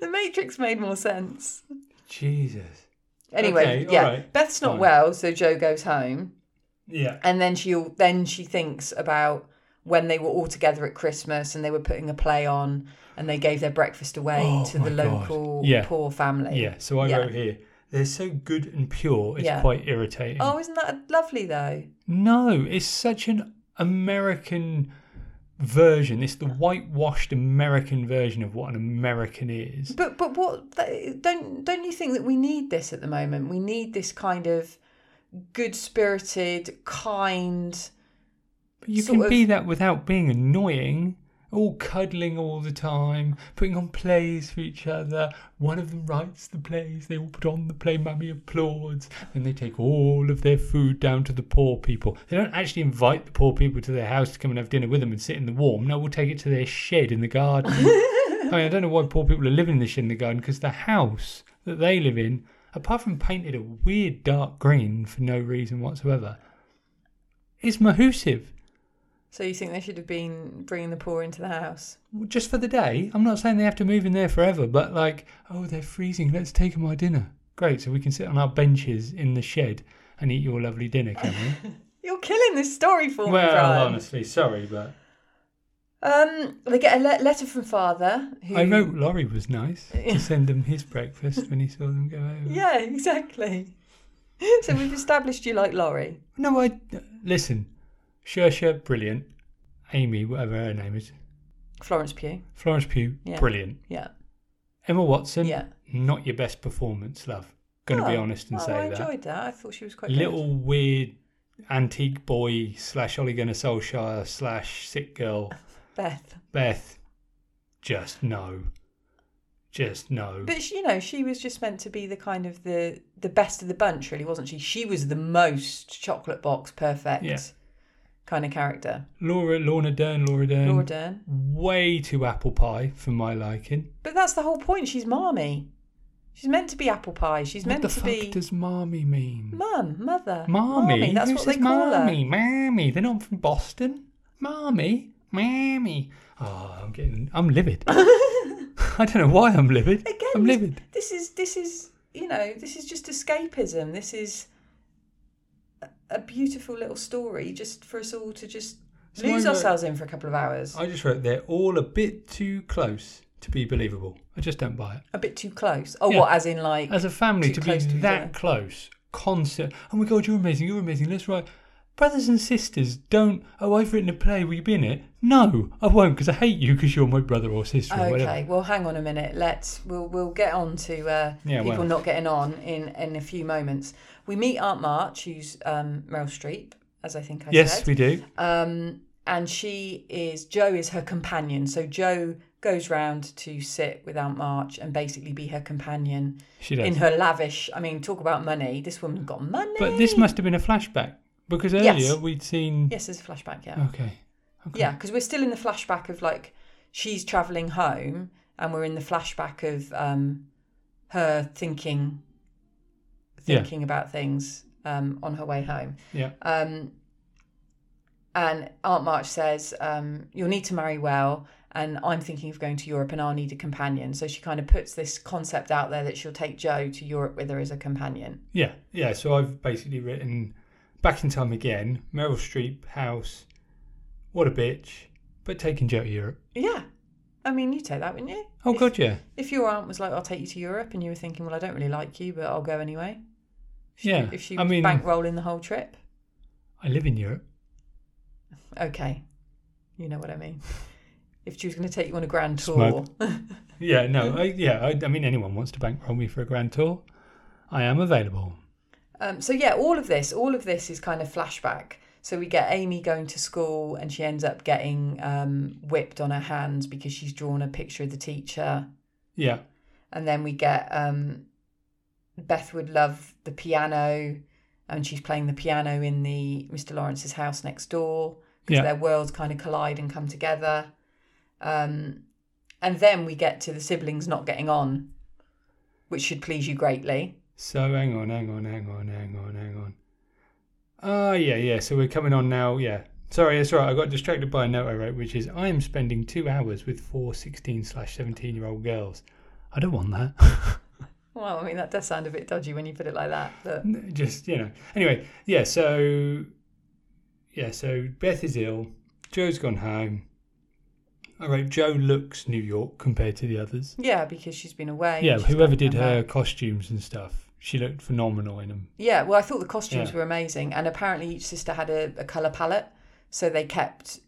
Speaker 3: The Matrix made more sense.
Speaker 2: Jesus.
Speaker 3: Anyway,
Speaker 2: Okay, all
Speaker 3: yeah,
Speaker 2: right,
Speaker 3: Beth's not
Speaker 2: fine.
Speaker 3: well, so Joe goes home,
Speaker 2: Yeah.
Speaker 3: and then she will then she thinks about when they were all together at Christmas and they were putting a play on and they gave their breakfast away
Speaker 2: Oh,
Speaker 3: to the
Speaker 2: my God.
Speaker 3: local
Speaker 2: Yeah.
Speaker 3: poor family.
Speaker 2: Yeah. So I
Speaker 3: Yeah.
Speaker 2: wrote here. They're so good and pure. It's
Speaker 3: Yeah.
Speaker 2: quite irritating.
Speaker 3: Oh, isn't that lovely though?
Speaker 2: No, it's such an American version. It's the whitewashed American version of what an American is.
Speaker 3: But but what th- don't don't you think that we need this at the moment? We need this kind of good spirited, kind.
Speaker 2: But you
Speaker 3: sort
Speaker 2: can
Speaker 3: of-
Speaker 2: be that without being annoying. All cuddling all the time, putting on plays for each other. One of them writes the plays, they all put on the play, mummy applauds, and they take all of their food down to the poor people. They don't actually invite the poor people to their house to come and have dinner with them and sit in the warm. No, we'll take it to their shed in the garden. I mean, I don't know why poor people are living in the shed in the garden because the house that they live in, apart from painted a weird dark green for no reason whatsoever, is mahoosive.
Speaker 3: So you think they should have been bringing the poor into the house?
Speaker 2: just for the day. I'm not saying they have to move in there forever, but like, oh, they're freezing. Let's take them our dinner. Great, so we can sit on our benches in the shed and eat your lovely dinner, can
Speaker 3: *laughs*
Speaker 2: we?
Speaker 3: You're killing this story for me,
Speaker 2: well,
Speaker 3: Brian.
Speaker 2: honestly, sorry, but
Speaker 3: Um, they get a le- letter from father. Who...
Speaker 2: I wrote Laurie
Speaker 3: *laughs*
Speaker 2: was nice to send them his breakfast when he saw them go over.
Speaker 3: Yeah, exactly. *laughs* so we've established you like Laurie.
Speaker 2: No, I listen. Shersha, brilliant. Amy, whatever her name is,
Speaker 3: Florence Pugh.
Speaker 2: Florence Pugh,
Speaker 3: Yeah.
Speaker 2: brilliant.
Speaker 3: Yeah,
Speaker 2: Emma Watson,
Speaker 3: yeah.
Speaker 2: not your best performance, love. Going to be
Speaker 3: Oh,
Speaker 2: honest and
Speaker 3: well,
Speaker 2: say
Speaker 3: I
Speaker 2: that.
Speaker 3: enjoyed that. I thought she was quite good.
Speaker 2: little weird antique boy slash Ole Gunnar Solskjaer slash sick girl
Speaker 3: Beth.
Speaker 2: Beth. Just no. just no.
Speaker 3: But she- you know, she was just meant to be the kind of the the best of the bunch, really, wasn't she? She was the most chocolate box perfect
Speaker 2: Yeah.
Speaker 3: kind of character.
Speaker 2: Laura, Lorna Dern, Laura Dern,
Speaker 3: Laura Dern.
Speaker 2: way too apple pie for my liking.
Speaker 3: But that's the whole point. She's marmy. She's meant to be apple pie. She's meant
Speaker 2: what
Speaker 3: to
Speaker 2: the fuck
Speaker 3: be
Speaker 2: does marmy mean?
Speaker 3: mum, mother,
Speaker 2: Marmy.
Speaker 3: Marmy, That's
Speaker 2: Who
Speaker 3: what they
Speaker 2: says
Speaker 3: call
Speaker 2: Marmy?
Speaker 3: her.
Speaker 2: Marmy. They're not from Boston. Marmy. Marmy. Oh, I'm getting.
Speaker 3: *laughs*
Speaker 2: I'm livid. *laughs* I don't know why I'm livid.
Speaker 3: Again,
Speaker 2: I'm
Speaker 3: this-
Speaker 2: livid.
Speaker 3: This is this is you know this is just escapism. This is a, a beautiful little story just for us all to just
Speaker 2: So
Speaker 3: lose
Speaker 2: I'm, uh,
Speaker 3: ourselves in for a couple of hours.
Speaker 2: I just wrote they're all a bit too close to be believable. I just don't buy it.
Speaker 3: a bit too close. Oh,
Speaker 2: Yeah.
Speaker 3: what? As in like
Speaker 2: As a family,
Speaker 3: Too
Speaker 2: to be
Speaker 3: close to each
Speaker 2: that
Speaker 3: other.
Speaker 2: close, constant. Oh my god, you're amazing. You're amazing. Let's write. Brothers and sisters, don't. Oh, I've written a play. Will you be in it? No, I won't because I hate you because you're my brother or sister or whatever.
Speaker 3: Okay, well, hang on a minute. Let's we'll we'll get on to uh,
Speaker 2: Yeah,
Speaker 3: people
Speaker 2: well.
Speaker 3: not getting on in in a few moments. We meet Aunt March, who's um, Meryl Streep, as I think I
Speaker 2: Yes,
Speaker 3: said.
Speaker 2: we do.
Speaker 3: Um, and she is Joe is her companion. So Joe goes round to sit with Aunt March and basically be her companion
Speaker 2: She does.
Speaker 3: in her lavish. I mean, talk about money. This woman got money.
Speaker 2: But this must have been a flashback because earlier
Speaker 3: Yes.
Speaker 2: we'd seen.
Speaker 3: yes, there's a flashback.
Speaker 2: Oh,
Speaker 3: Yeah.
Speaker 2: Okay. Okay.
Speaker 3: Yeah, because we're still in the flashback of like she's traveling home, and we're in the flashback of um, her thinking,
Speaker 2: Yeah.
Speaker 3: thinking about things um, on her way home.
Speaker 2: Yeah.
Speaker 3: Um, and Aunt March says, um, "You'll need to marry well." And I'm thinking of going to Europe, and I'll need a companion. So she kind of puts this concept out there that she'll take Joe to Europe with her as a companion.
Speaker 2: Yeah. Yeah. So I've basically written back in time again. Meryl Streep house. What a bitch. But taking Joe to Europe.
Speaker 3: Yeah, I mean, you take that, wouldn't you?
Speaker 2: Oh
Speaker 3: If-
Speaker 2: god, yeah.
Speaker 3: If your aunt was like, "I'll take you to Europe," and you were thinking, "Well, I don't really like you, but I'll go anyway,"
Speaker 2: Yeah.
Speaker 3: if she
Speaker 2: I
Speaker 3: was
Speaker 2: mean,
Speaker 3: bankrolling the whole trip,
Speaker 2: I live in Europe.
Speaker 3: okay, you know what I mean. If she was going to take you on a grand tour,
Speaker 2: Smoke. Yeah. No. I, yeah. I, I mean, anyone wants to bankroll me for a grand tour, I am available.
Speaker 3: um, so yeah, all of this, all of this is kind of flashback. So we get Amy going to school, and she ends up getting um, whipped on her hands because she's drawn a picture of the teacher.
Speaker 2: Yeah.
Speaker 3: and then we get um Beth would love the piano and she's playing the piano in the Mr. Lawrence's house next door because
Speaker 2: Yeah.
Speaker 3: their worlds kind of collide and come together. Um and then we get to the siblings not getting on, which should please you greatly.
Speaker 2: So hang on, hang on, hang on, hang on, hang on. Ah, yeah, yeah. So we're coming on now. Yeah. Sorry, it's all right. I got distracted by a note I wrote, which is I am spending two hours with four 16 slash 17 year old girls. I don't want that.
Speaker 3: Well, I mean that does sound a bit dodgy when you put it like that, but
Speaker 2: Mm. Just, you know. Anyway, yeah, so. Yeah, so Beth is ill. Joe's gone home. I wrote Joe looks New York compared to the others.
Speaker 3: yeah, because she's been away.
Speaker 2: Yeah,
Speaker 3: she's
Speaker 2: whoever
Speaker 3: gotta
Speaker 2: did
Speaker 3: come
Speaker 2: her
Speaker 3: back.
Speaker 2: costumes and stuff, she looked phenomenal in them.
Speaker 3: Yeah, well, I thought the costumes
Speaker 2: Yeah.
Speaker 3: were amazing, and apparently each sister had a, a color palette, so they kept,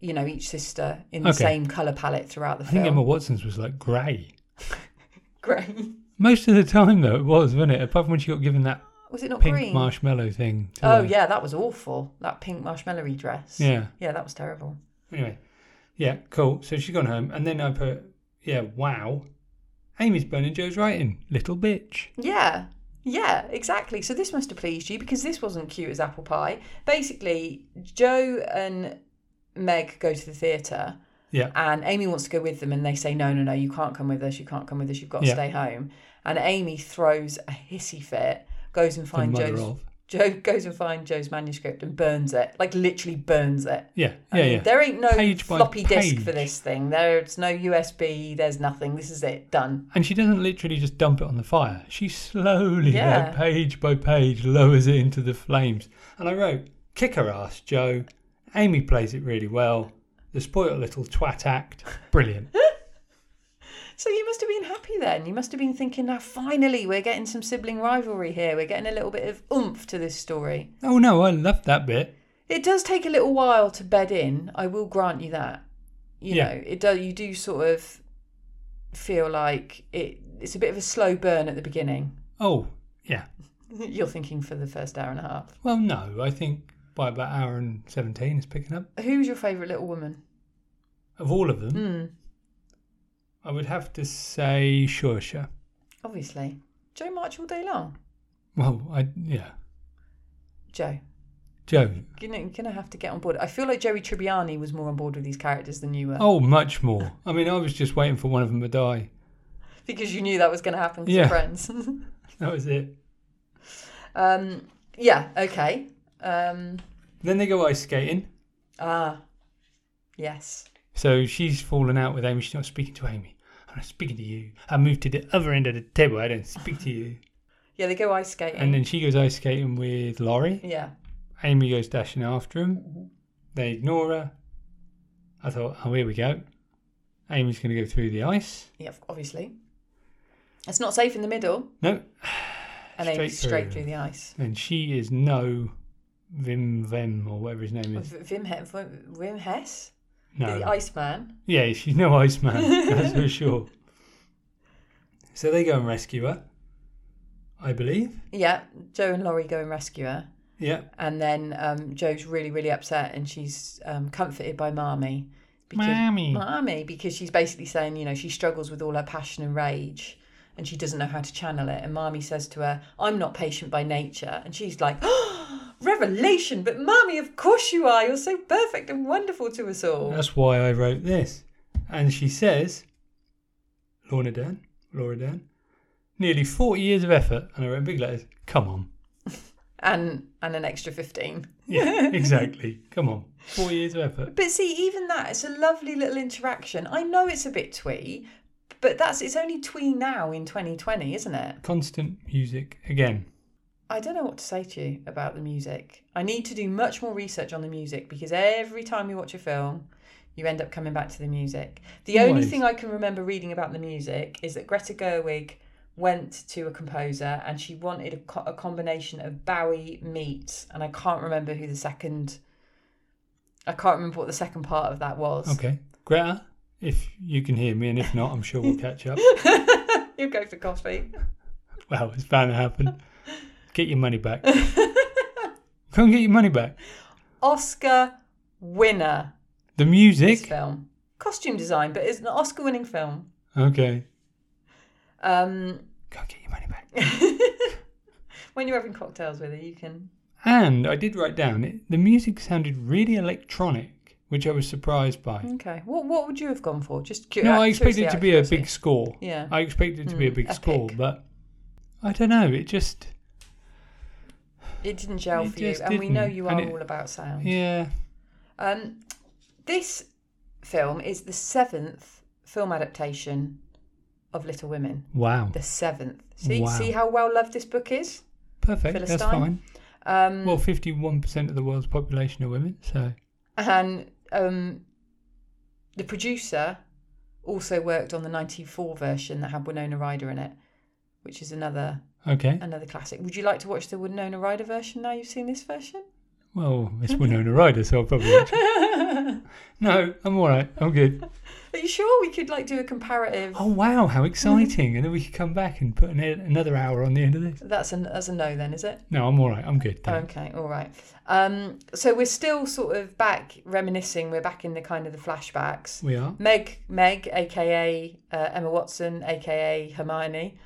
Speaker 3: you know, each sister in the
Speaker 2: Okay.
Speaker 3: same color palette throughout the
Speaker 2: I think
Speaker 3: film.
Speaker 2: Emma Watson's was like grey.
Speaker 3: *laughs* Grey.
Speaker 2: Most of the time, though, it was, wasn't it? Apart from when she got given that
Speaker 3: Was it not
Speaker 2: pink
Speaker 3: green?
Speaker 2: marshmallow thing. to
Speaker 3: oh
Speaker 2: wear.
Speaker 3: yeah, that was awful. That pink marshmallowy dress.
Speaker 2: Yeah.
Speaker 3: Yeah, that was terrible.
Speaker 2: Anyway, yeah, cool. So she's gone home, and then I put, yeah, wow. Amy's burning Joe's writing, little bitch.
Speaker 3: Yeah. Yeah, exactly. So this must have pleased you because this wasn't cute as apple pie. Basically, Joe and Meg go to the theatre
Speaker 2: Yeah,
Speaker 3: and Amy wants to go with them, and they say, "No, no, no, you can't come with us. You can't come with us. You've got to
Speaker 2: Yeah.
Speaker 3: stay home." And Amy throws a hissy fit, goes and
Speaker 2: the
Speaker 3: finds
Speaker 2: mother
Speaker 3: Joe's
Speaker 2: of.
Speaker 3: *laughs* Joe goes and finds Joe's manuscript and burns it, like literally burns it.
Speaker 2: Yeah,
Speaker 3: I
Speaker 2: yeah,
Speaker 3: mean,
Speaker 2: yeah.
Speaker 3: There ain't no
Speaker 2: Page by
Speaker 3: floppy disk
Speaker 2: page.
Speaker 3: for this thing. There's no USB. There's nothing. This is it. Done.
Speaker 2: And she doesn't literally just dump it on the fire. She slowly,
Speaker 3: Yeah.
Speaker 2: like, page by page, lowers it into the flames. And I wrote, kick her ass, Joe. Amy plays it really well. The spoiled little twat act, brilliant. *laughs*
Speaker 3: So you must have been happy then. You must have been thinking, now finally we're getting some sibling rivalry here. We're getting a little bit of oomph to this story.
Speaker 2: oh no, I loved that bit.
Speaker 3: It does take a little while to bed in. I will grant you that. You
Speaker 2: Yeah.
Speaker 3: know, it does. You do sort of feel like it. It's a bit of a slow burn at the beginning. *laughs*
Speaker 2: Oh, yeah.
Speaker 3: You're thinking for the first hour and a half.
Speaker 2: Well, no, I think by about hour and 17 it's picking up.
Speaker 3: Who's your favourite little woman?
Speaker 2: Of all of them,
Speaker 3: Mm.
Speaker 2: I would have to say Shusha.
Speaker 3: Obviously. Joe March all day long.
Speaker 2: Well, I yeah.
Speaker 3: Joe.
Speaker 2: Joe.
Speaker 3: Gonna, gonna have to get on board. I feel like Joey Tribbiani was more on board with these characters than you were.
Speaker 2: Oh, much more. I mean, I was just waiting for one of them to die.
Speaker 3: Because you knew that was gonna happen to
Speaker 2: Yeah.
Speaker 3: friends. *laughs*
Speaker 2: That was it.
Speaker 3: um yeah, okay. Um
Speaker 2: Then they go ice skating.
Speaker 3: ah yes.
Speaker 2: So she's fallen out with Amy. She's not speaking to Amy. I'm not speaking to you. I moved to the other end of the table. I don't speak to you.
Speaker 3: Yeah, they go ice skating.
Speaker 2: And then she goes ice skating with Laurie.
Speaker 3: yeah.
Speaker 2: Amy goes dashing after him. They ignore her. I thought, oh, here we go. Amy's going to go through the ice.
Speaker 3: Yeah, obviously. It's not safe in the middle.
Speaker 2: No.
Speaker 3: And they
Speaker 2: Straight
Speaker 3: straight
Speaker 2: through.
Speaker 3: through the ice.
Speaker 2: And she is no Vim Vem or whatever his name is.
Speaker 3: V- Vim, he- Vim Vim Hess?
Speaker 2: No.
Speaker 3: The Iceman.
Speaker 2: Yeah, she's no Iceman, that's for sure. So they go and rescue her, I believe.
Speaker 3: Yeah, Joe and Laurie go and rescue her.
Speaker 2: Yeah.
Speaker 3: And then um, Joe's really, really upset and she's um, comforted by Marmy.
Speaker 2: Marmy.
Speaker 3: Marmy, because she's basically saying, you know, she struggles with all her passion and rage and she doesn't know how to channel it. And Marmy says to her, I'm not patient by nature. And she's like, *gasps* revelation. But Marmy, of course you are. You're so perfect and wonderful to us all.
Speaker 2: That's why I wrote this. And she says, Lorna Dern, Laura Dern, nearly 40 years of effort. And I wrote in big letters, come on.
Speaker 3: And, and an extra 15.
Speaker 2: Yeah, exactly. Come on. Four years of effort.
Speaker 3: But see, even that, it's a lovely little interaction. I know it's a bit twee, but that's it's only twee now in 2020, isn't it?
Speaker 2: Constant music again.
Speaker 3: I don't know what to say to you about the music. I need to do much more research on the music because every time you watch a film, you end up coming back to the music. The only
Speaker 2: Always.
Speaker 3: thing I can remember reading about the music is that Greta Gerwig went to a composer and she wanted a, co- a combination of Bowie meets, and I can't remember who the second. I can't remember what the second part of that was.
Speaker 2: Okay. Greta, if you can hear me, and if not, I'm sure we'll catch up.
Speaker 3: *laughs* you go for coffee. *laughs*
Speaker 2: Well, it's bound to happen. Get your money back. Come get your money back.
Speaker 3: Oscar winner
Speaker 2: The
Speaker 3: this
Speaker 2: music.
Speaker 3: film. Costume design, but it's an Oscar winning film.
Speaker 2: Okay.
Speaker 3: Um,
Speaker 2: Go get your money back.
Speaker 3: *laughs* when you're having cocktails with her, you can.
Speaker 2: And I did write down it, the music sounded really electronic, which I was surprised by.
Speaker 3: Okay. What What would you have gone for? Just curious.
Speaker 2: No, I expected it to be a big score.
Speaker 3: Yeah. Mm,
Speaker 2: I expected it to be a big
Speaker 3: epic.
Speaker 2: score, but I don't know. It just
Speaker 3: It didn't gel
Speaker 2: It
Speaker 3: for you,
Speaker 2: just
Speaker 3: and we know
Speaker 2: didn't,
Speaker 3: you
Speaker 2: and
Speaker 3: are
Speaker 2: it-
Speaker 3: all about sound.
Speaker 2: yeah.
Speaker 3: Um, this film is the seventh film adaptation of Little Women.
Speaker 2: Wow.
Speaker 3: The seventh. See,
Speaker 2: Wow.
Speaker 3: see how well loved this book is.
Speaker 2: Perfect. That's
Speaker 3: Philistine.
Speaker 2: fine.
Speaker 3: Um,
Speaker 2: Well, fifty-one percent of the world's population are women, so
Speaker 3: and um, the producer also worked on the 94 version that had Winona Ryder in it, which is another
Speaker 2: okay.
Speaker 3: another classic. Would you like to watch the Winona Ryder version now you've seen this version? *laughs*
Speaker 2: Well, it's
Speaker 3: Mm-hmm.
Speaker 2: Winona Ryder, so I'll probably watch it.
Speaker 3: Are
Speaker 2: No, I'm all right. I'm good.
Speaker 3: *laughs* you sure we could like do a comparative?
Speaker 2: Oh wow, how
Speaker 3: Mm-hmm.
Speaker 2: exciting! And then we could come back and put an, e, another hour on the end of this.
Speaker 3: That's a that's a no then, is it?
Speaker 2: No, I'm all right. I'm good. thanks.
Speaker 3: Okay, all right. Um, so we're still sort of back reminiscing. We're back in the kind of the flashbacks.
Speaker 2: We are.
Speaker 3: Meg, Meg, aka uh, Emma Watson, aka Hermione,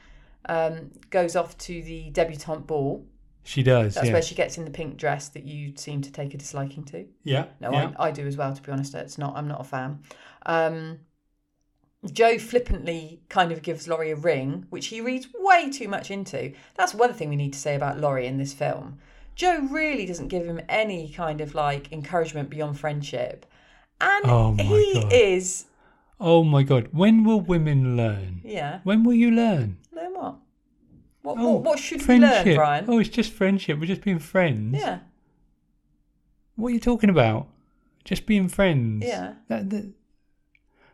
Speaker 3: um, goes off to the debutante ball.
Speaker 2: She does.
Speaker 3: That's
Speaker 2: yeah.
Speaker 3: where she gets in the pink dress that you seem to take a disliking to.
Speaker 2: yeah.
Speaker 3: No,
Speaker 2: yeah.
Speaker 3: I, I do as well. To be honest, it's not. I'm not a fan. Um, Joe flippantly kind of gives Laurie a ring, which he reads way too much into. That's one thing we need to say about Laurie in this film. Joe really doesn't give him any kind of like encouragement beyond friendship, and
Speaker 2: Oh my
Speaker 3: he
Speaker 2: God.
Speaker 3: is
Speaker 2: Oh my god. When will women learn?
Speaker 3: yeah.
Speaker 2: When will you learn?
Speaker 3: Learn what? What
Speaker 2: Oh,
Speaker 3: what, what should
Speaker 2: friendship.
Speaker 3: we learn, Brian?
Speaker 2: Oh, it's just friendship. We're just being friends.
Speaker 3: yeah,
Speaker 2: What are you talking about? Just being friends.
Speaker 3: Yeah.
Speaker 2: That, that...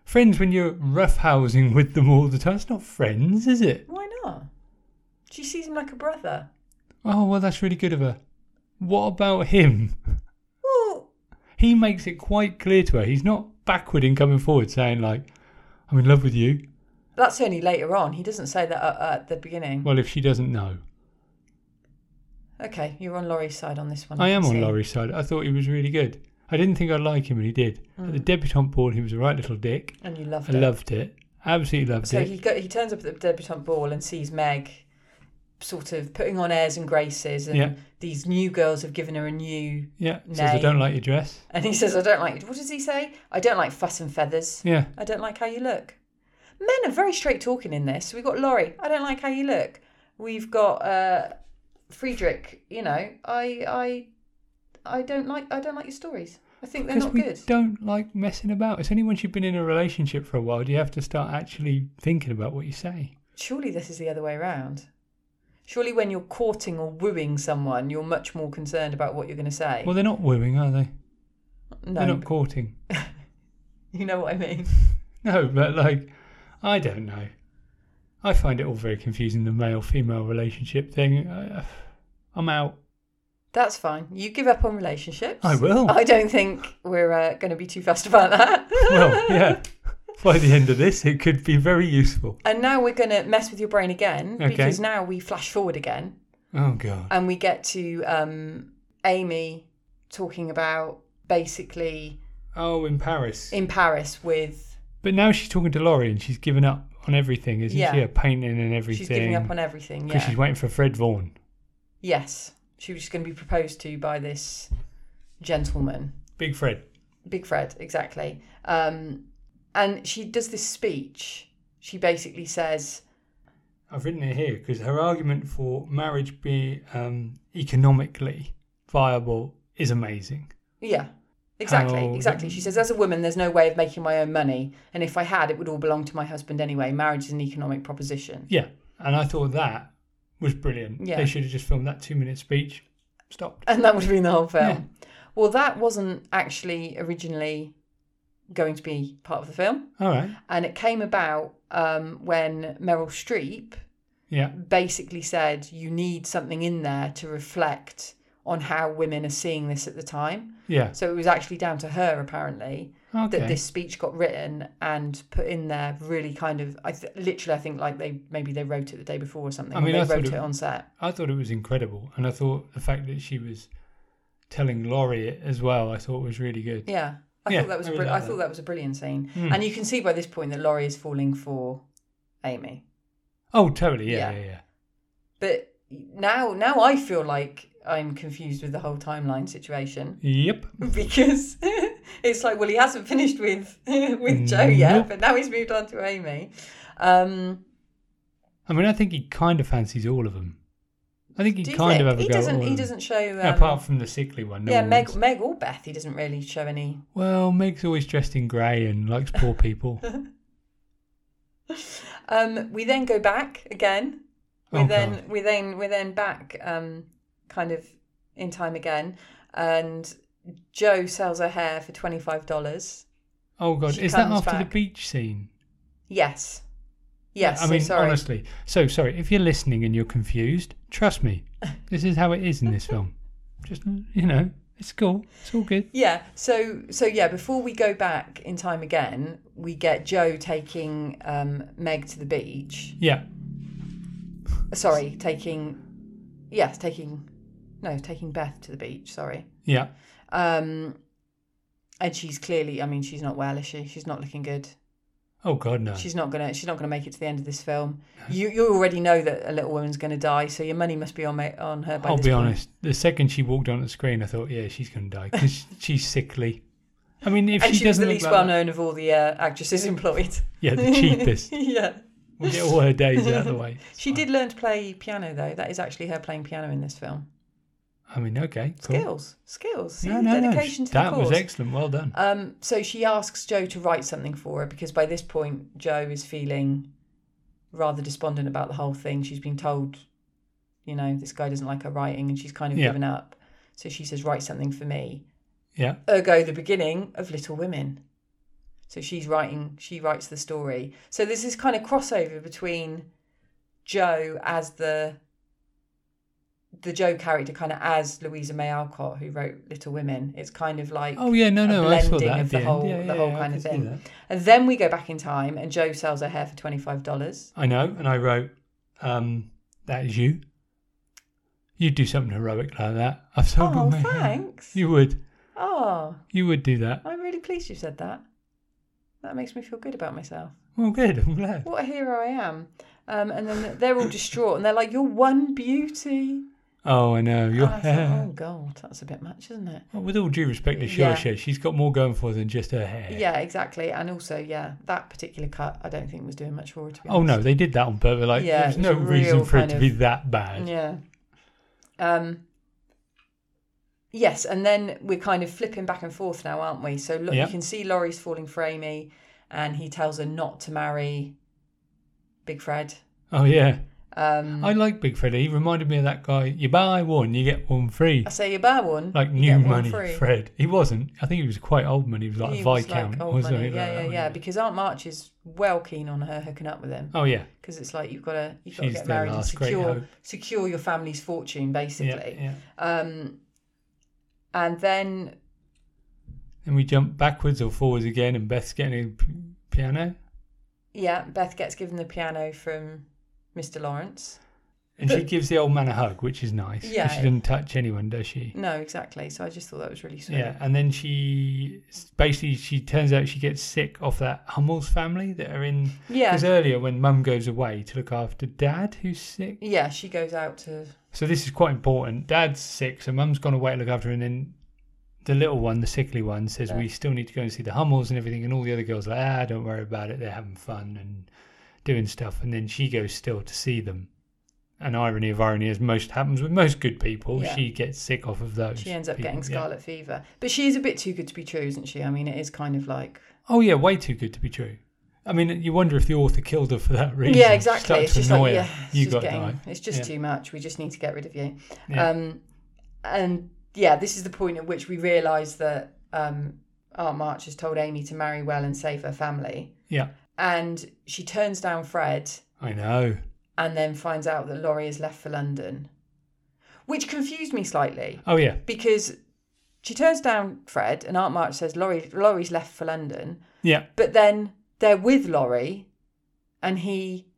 Speaker 2: Friends when you're roughhousing with them all the time. It's not friends, is it?
Speaker 3: why not? She sees him like a brother.
Speaker 2: Oh well, that's really good of her. What about him?
Speaker 3: Well,
Speaker 2: he makes it quite clear to her. He's not backward in coming forward saying like, "I'm in love with you."
Speaker 3: that's only later on. He doesn't say that at, at the beginning.
Speaker 2: Well, if she doesn't know,
Speaker 3: Okay, you're on Laurie's side on this one.
Speaker 2: I
Speaker 3: can
Speaker 2: am on
Speaker 3: see.
Speaker 2: Laurie's side. I thought he was really good.
Speaker 3: Hmm.
Speaker 2: I didn't think I'd like him, and he did. At the debutante ball, he was a right little dick.
Speaker 3: And you loved
Speaker 2: I
Speaker 3: it.
Speaker 2: loved it, Absolutely loved
Speaker 3: So
Speaker 2: it.
Speaker 3: he go, he turns up at the debutante ball and sees Meg sort of putting on airs and graces, and
Speaker 2: Yeah.
Speaker 3: these new girls have given her a new.
Speaker 2: yeah. Says I don't like your dress.
Speaker 3: And he says, "I don't like." What does he say? I don't like fuss and feathers.
Speaker 2: Yeah.
Speaker 3: I don't like how you look. Men are very straight talking in this. We've got Laurie. I don't like how you look. We've got uh, Friedrich. You know, I I I don't like I don't like your stories. I think they're
Speaker 2: Because
Speaker 3: not
Speaker 2: we
Speaker 3: good.
Speaker 2: don't like messing about. It's only once you've been in a relationship for a while do you have to start actually thinking about what you say.
Speaker 3: Surely this is the other way around. Surely when you're courting or wooing someone, you're much more concerned about what you're going to say.
Speaker 2: Well, they're not wooing, are they?
Speaker 3: no,
Speaker 2: They're not courting.
Speaker 3: you know what I mean.
Speaker 2: No, but like, I don't know. I find it all very confusing the male female relationship thing. I, uh, I'm out.
Speaker 3: That's fine. You give up on relationships.
Speaker 2: I will.
Speaker 3: I don't think we're uh, going to be too fussed about that. *laughs*
Speaker 2: well, yeah. By the end of this, it could be very useful.
Speaker 3: And now we're going to mess with your brain again
Speaker 2: Okay.
Speaker 3: because now we flash forward again
Speaker 2: Oh, God.
Speaker 3: and we get to um, Amy talking about basically
Speaker 2: Oh, in Paris.
Speaker 3: in Paris with
Speaker 2: But now she's talking to Laurie and she's given up on everything, isn't
Speaker 3: Yeah.
Speaker 2: she? Her painting and everything.
Speaker 3: she's giving up on everything.
Speaker 2: Because
Speaker 3: Yeah.
Speaker 2: she's waiting for Fred Vaughan.
Speaker 3: Yes, she was going to be proposed to by this gentleman,
Speaker 2: Big Fred.
Speaker 3: Big Fred, exactly. Um, and she does this speech. She basically says,
Speaker 2: I've written it here because her argument for marriage being um, economically viable is amazing.
Speaker 3: "Yeah, exactly,
Speaker 2: How-
Speaker 3: exactly." She says, "As a woman, there's no way of making my own money, and if I had, it would all belong to my husband anyway. Marriage is an economic proposition." *laughs*
Speaker 2: Yeah, and I thought that was brilliant.
Speaker 3: Yeah.
Speaker 2: They should have just filmed that two minute speech, stopped.
Speaker 3: And that would have been the whole film. Well, that wasn't actually originally going to be part of the film,
Speaker 2: All right.
Speaker 3: and it came about um, when Meryl Streep
Speaker 2: Yeah.
Speaker 3: basically said you need something in there to reflect on how women are seeing this at the time.
Speaker 2: Yeah.
Speaker 3: So it was actually down to her, apparently,
Speaker 2: Okay.
Speaker 3: that this speech got written and put in there really kind of, I th- literally, I think like they maybe they wrote it the day before or something.
Speaker 2: I
Speaker 3: or
Speaker 2: mean,
Speaker 3: they
Speaker 2: I thought
Speaker 3: wrote
Speaker 2: it-
Speaker 3: it on set.
Speaker 2: I thought it was incredible, and I thought the fact that she was telling Laurie it as well, I thought was really good.
Speaker 3: Yeah. I
Speaker 2: Yeah,
Speaker 3: thought that was,
Speaker 2: I
Speaker 3: a
Speaker 2: really
Speaker 3: bri- I
Speaker 2: like
Speaker 3: thought
Speaker 2: that. Hmm.
Speaker 3: that was a brilliant scene, and you can see by this point that Laurie is falling for Amy.
Speaker 2: Oh, totally. Yeah,
Speaker 3: Yeah.
Speaker 2: yeah, yeah.
Speaker 3: But now, now I feel like I'm confused with the whole timeline situation.
Speaker 2: Yep.
Speaker 3: *laughs* because it's like well he hasn't finished with *laughs* with Joe yet,
Speaker 2: Nope.
Speaker 3: but now he's moved on to Amy. Um,
Speaker 2: I mean, I think he kind of fancies all of them. I think he
Speaker 3: do you
Speaker 2: kind
Speaker 3: think-
Speaker 2: of have a
Speaker 3: he
Speaker 2: go. at
Speaker 3: doesn't
Speaker 2: all of
Speaker 3: he
Speaker 2: them.
Speaker 3: doesn't show um,
Speaker 2: Yeah, apart from the sickly one. No
Speaker 3: yeah
Speaker 2: one
Speaker 3: Meg
Speaker 2: wants-
Speaker 3: Meg or Beth he doesn't really show any.
Speaker 2: Well, Meg's always dressed in grey and likes
Speaker 3: *laughs*
Speaker 2: poor people.
Speaker 3: Um, we then go back again. We
Speaker 2: Oh,
Speaker 3: then
Speaker 2: God.
Speaker 3: we then we're then back um, kind of in time again, and Joe sells her hair for twenty five dollars.
Speaker 2: Oh god,
Speaker 3: She
Speaker 2: is that
Speaker 3: comes
Speaker 2: after the
Speaker 3: back.
Speaker 2: beach scene?
Speaker 3: Yes, yes.
Speaker 2: I mean,
Speaker 3: so sorry.
Speaker 2: honestly. So sorry if you're listening and you're confused.
Speaker 3: *laughs*
Speaker 2: Trust me, this is how it is in this film. Just you know, it's cool. It's all good.
Speaker 3: Yeah. So so yeah, before we go back in time again, we get Joe taking um, Meg to the beach. Uh,
Speaker 2: Yeah,
Speaker 3: Sorry, taking yes, taking no, taking Beth to the beach. Sorry.
Speaker 2: yeah.
Speaker 3: Um, and she's clearly, I mean, she's not well, is she? She's not looking good.
Speaker 2: Oh god, no.
Speaker 3: She's not gonna. She's not gonna make it to the end of this film. You you already know that a little woman's gonna die, so your money must be on ma- on her. By
Speaker 2: I'll
Speaker 3: this
Speaker 2: be
Speaker 3: point.
Speaker 2: honest. The second she walked onto the screen, I thought, yeah, she's gonna die because she's sickly. I mean, if
Speaker 3: And
Speaker 2: she,
Speaker 3: she was
Speaker 2: doesn't
Speaker 3: the
Speaker 2: look
Speaker 3: least
Speaker 2: like
Speaker 3: well
Speaker 2: that-
Speaker 3: known of all the uh, actresses employed.
Speaker 2: yeah, the
Speaker 3: *laughs*
Speaker 2: cheapest.
Speaker 3: yeah.
Speaker 2: We'll get all her days out of the way.
Speaker 3: She did learn to play piano though. That is actually her playing piano in this film.
Speaker 2: I mean, okay, cool.
Speaker 3: Skills, skills, See,
Speaker 2: No, no, no.
Speaker 3: dedication to the
Speaker 2: that
Speaker 3: cause.
Speaker 2: was excellent. Well done.
Speaker 3: um, so she asks Joe to write something for her because by this point Joe is feeling rather despondent about the whole thing. She's been told, you know, this guy doesn't like her writing, and she's kind of
Speaker 2: Yeah.
Speaker 3: given up. So she says, "Write something for me."
Speaker 2: yeah.
Speaker 3: Ergo, the beginning of Little Women. So she's writing. She writes the story. So there's this kind of crossover between Joe as the the Joe character, kind of as Louisa May Alcott, who wrote Little Women. It's kind of like
Speaker 2: Oh yeah, no,
Speaker 3: a
Speaker 2: no, I saw
Speaker 3: blending
Speaker 2: that
Speaker 3: of
Speaker 2: at
Speaker 3: the
Speaker 2: the, end.
Speaker 3: whole-
Speaker 2: yeah,
Speaker 3: the
Speaker 2: yeah,
Speaker 3: whole
Speaker 2: yeah, I
Speaker 3: kind
Speaker 2: can
Speaker 3: of
Speaker 2: see
Speaker 3: thing.
Speaker 2: that.
Speaker 3: And then we go back in time, and Joe sells her hair for twenty five dollars.
Speaker 2: I know, and I wrote, um, "That is you. You'd do something heroic like that. I've sold all
Speaker 3: Oh,
Speaker 2: my hair.
Speaker 3: thanks.
Speaker 2: You would.
Speaker 3: Oh,
Speaker 2: You would do that.
Speaker 3: I'm really pleased you said that. That makes me feel good about myself.
Speaker 2: Well, good. I'm glad.
Speaker 3: What a hero I am. Um, and then they're all distraught and they're like, You're one beauty.
Speaker 2: Oh, I know. Your
Speaker 3: And I thought,
Speaker 2: hair.
Speaker 3: oh, God, that's a bit much, isn't it?
Speaker 2: Well, with all due respect to
Speaker 3: Yeah.
Speaker 2: Shosha, she's got more going for her than just her hair.
Speaker 3: Yeah, exactly. And also, yeah, that particular cut I don't think was doing much for her, to be
Speaker 2: Oh
Speaker 3: honest.
Speaker 2: no, they did that on purpose. Like,
Speaker 3: Yeah,
Speaker 2: there's
Speaker 3: it was
Speaker 2: no
Speaker 3: a
Speaker 2: reason
Speaker 3: real
Speaker 2: for it
Speaker 3: kind
Speaker 2: to
Speaker 3: of-
Speaker 2: be that bad.
Speaker 3: Yeah. Um. Yes, and then we're kind of flipping back and forth now, aren't we? So look,
Speaker 2: Yeah.
Speaker 3: you can see Laurie's falling for Amy, and he tells her not to marry Big Fred.
Speaker 2: Oh yeah,
Speaker 3: Um,
Speaker 2: I like Big Fred. He reminded me of that guy. You buy one, you get one free.
Speaker 3: I say you buy one,
Speaker 2: Like
Speaker 3: you
Speaker 2: new
Speaker 3: get one
Speaker 2: money,
Speaker 3: free.
Speaker 2: Fred. He wasn't. I think he was quite old money. He was like
Speaker 3: He
Speaker 2: a
Speaker 3: was
Speaker 2: viscount,
Speaker 3: like, old
Speaker 2: wasn't
Speaker 3: money.
Speaker 2: he?
Speaker 3: Yeah, yeah,
Speaker 2: Like that,
Speaker 3: yeah.
Speaker 2: wasn't he?
Speaker 3: Because Aunt March is well keen on her hooking up with him
Speaker 2: Oh yeah,
Speaker 3: because it's like you've got to you've got to
Speaker 2: She's
Speaker 3: get
Speaker 2: their
Speaker 3: married and
Speaker 2: last great hope.
Speaker 3: secure secure your family's fortune
Speaker 2: yeah,
Speaker 3: basically.
Speaker 2: yeah.
Speaker 3: Um, and then
Speaker 2: Then we jump backwards or forwards again, and Beth's getting a p- piano,
Speaker 3: Yeah, Beth gets given the piano from Mr. Lawrence.
Speaker 2: and
Speaker 3: *laughs*
Speaker 2: she
Speaker 3: But-
Speaker 2: gives the old man a hug, which is nice. 'cause
Speaker 3: Yeah.
Speaker 2: she doesn't touch anyone, does she?
Speaker 3: No, exactly. So I just thought that was really sweet.
Speaker 2: Yeah, and then she basically she turns out she gets sick off that Hummels family that are in
Speaker 3: Yeah.
Speaker 2: Because earlier, when mum goes away to look after dad, who's sick,
Speaker 3: Yeah, she goes out to.
Speaker 2: so this is quite important. Dad's sick, so mum's gone away to look after him. And then the little one, the sickly one, says,
Speaker 3: Yeah.
Speaker 2: We still need to go and see the Hummels and everything. And all the other girls are like, Ah, don't worry about it. They're having fun and doing stuff. And then she goes still to see them. An irony of irony, as most happens with most good people,
Speaker 3: Yeah.
Speaker 2: she gets sick off of those.
Speaker 3: She ends up
Speaker 2: people,
Speaker 3: getting
Speaker 2: yeah.
Speaker 3: scarlet fever. But she is a bit too good to be true, isn't she? I mean, it is kind of like.
Speaker 2: Oh, yeah, way too good to be true. I mean, you wonder if the author killed her for that reason.
Speaker 3: yeah,
Speaker 2: She
Speaker 3: exactly.
Speaker 2: started
Speaker 3: It's
Speaker 2: to
Speaker 3: just like,
Speaker 2: annoy her.
Speaker 3: yeah, it's
Speaker 2: you
Speaker 3: just
Speaker 2: got
Speaker 3: getting.
Speaker 2: died.
Speaker 3: It's just
Speaker 2: Yeah.
Speaker 3: too much. We just need to get rid of you.
Speaker 2: Yeah.
Speaker 3: Um, and yeah, this is the point at which we realise that um, Aunt March has told Amy to marry well and save her family.
Speaker 2: Yeah.
Speaker 3: And she turns down Fred.
Speaker 2: I know.
Speaker 3: and then finds out that Laurie has left for London, which confused me slightly
Speaker 2: Oh yeah,
Speaker 3: because she turns down Fred and Aunt March says Laurie Laurie's left for London,
Speaker 2: yeah,
Speaker 3: but then they're with Laurie, and he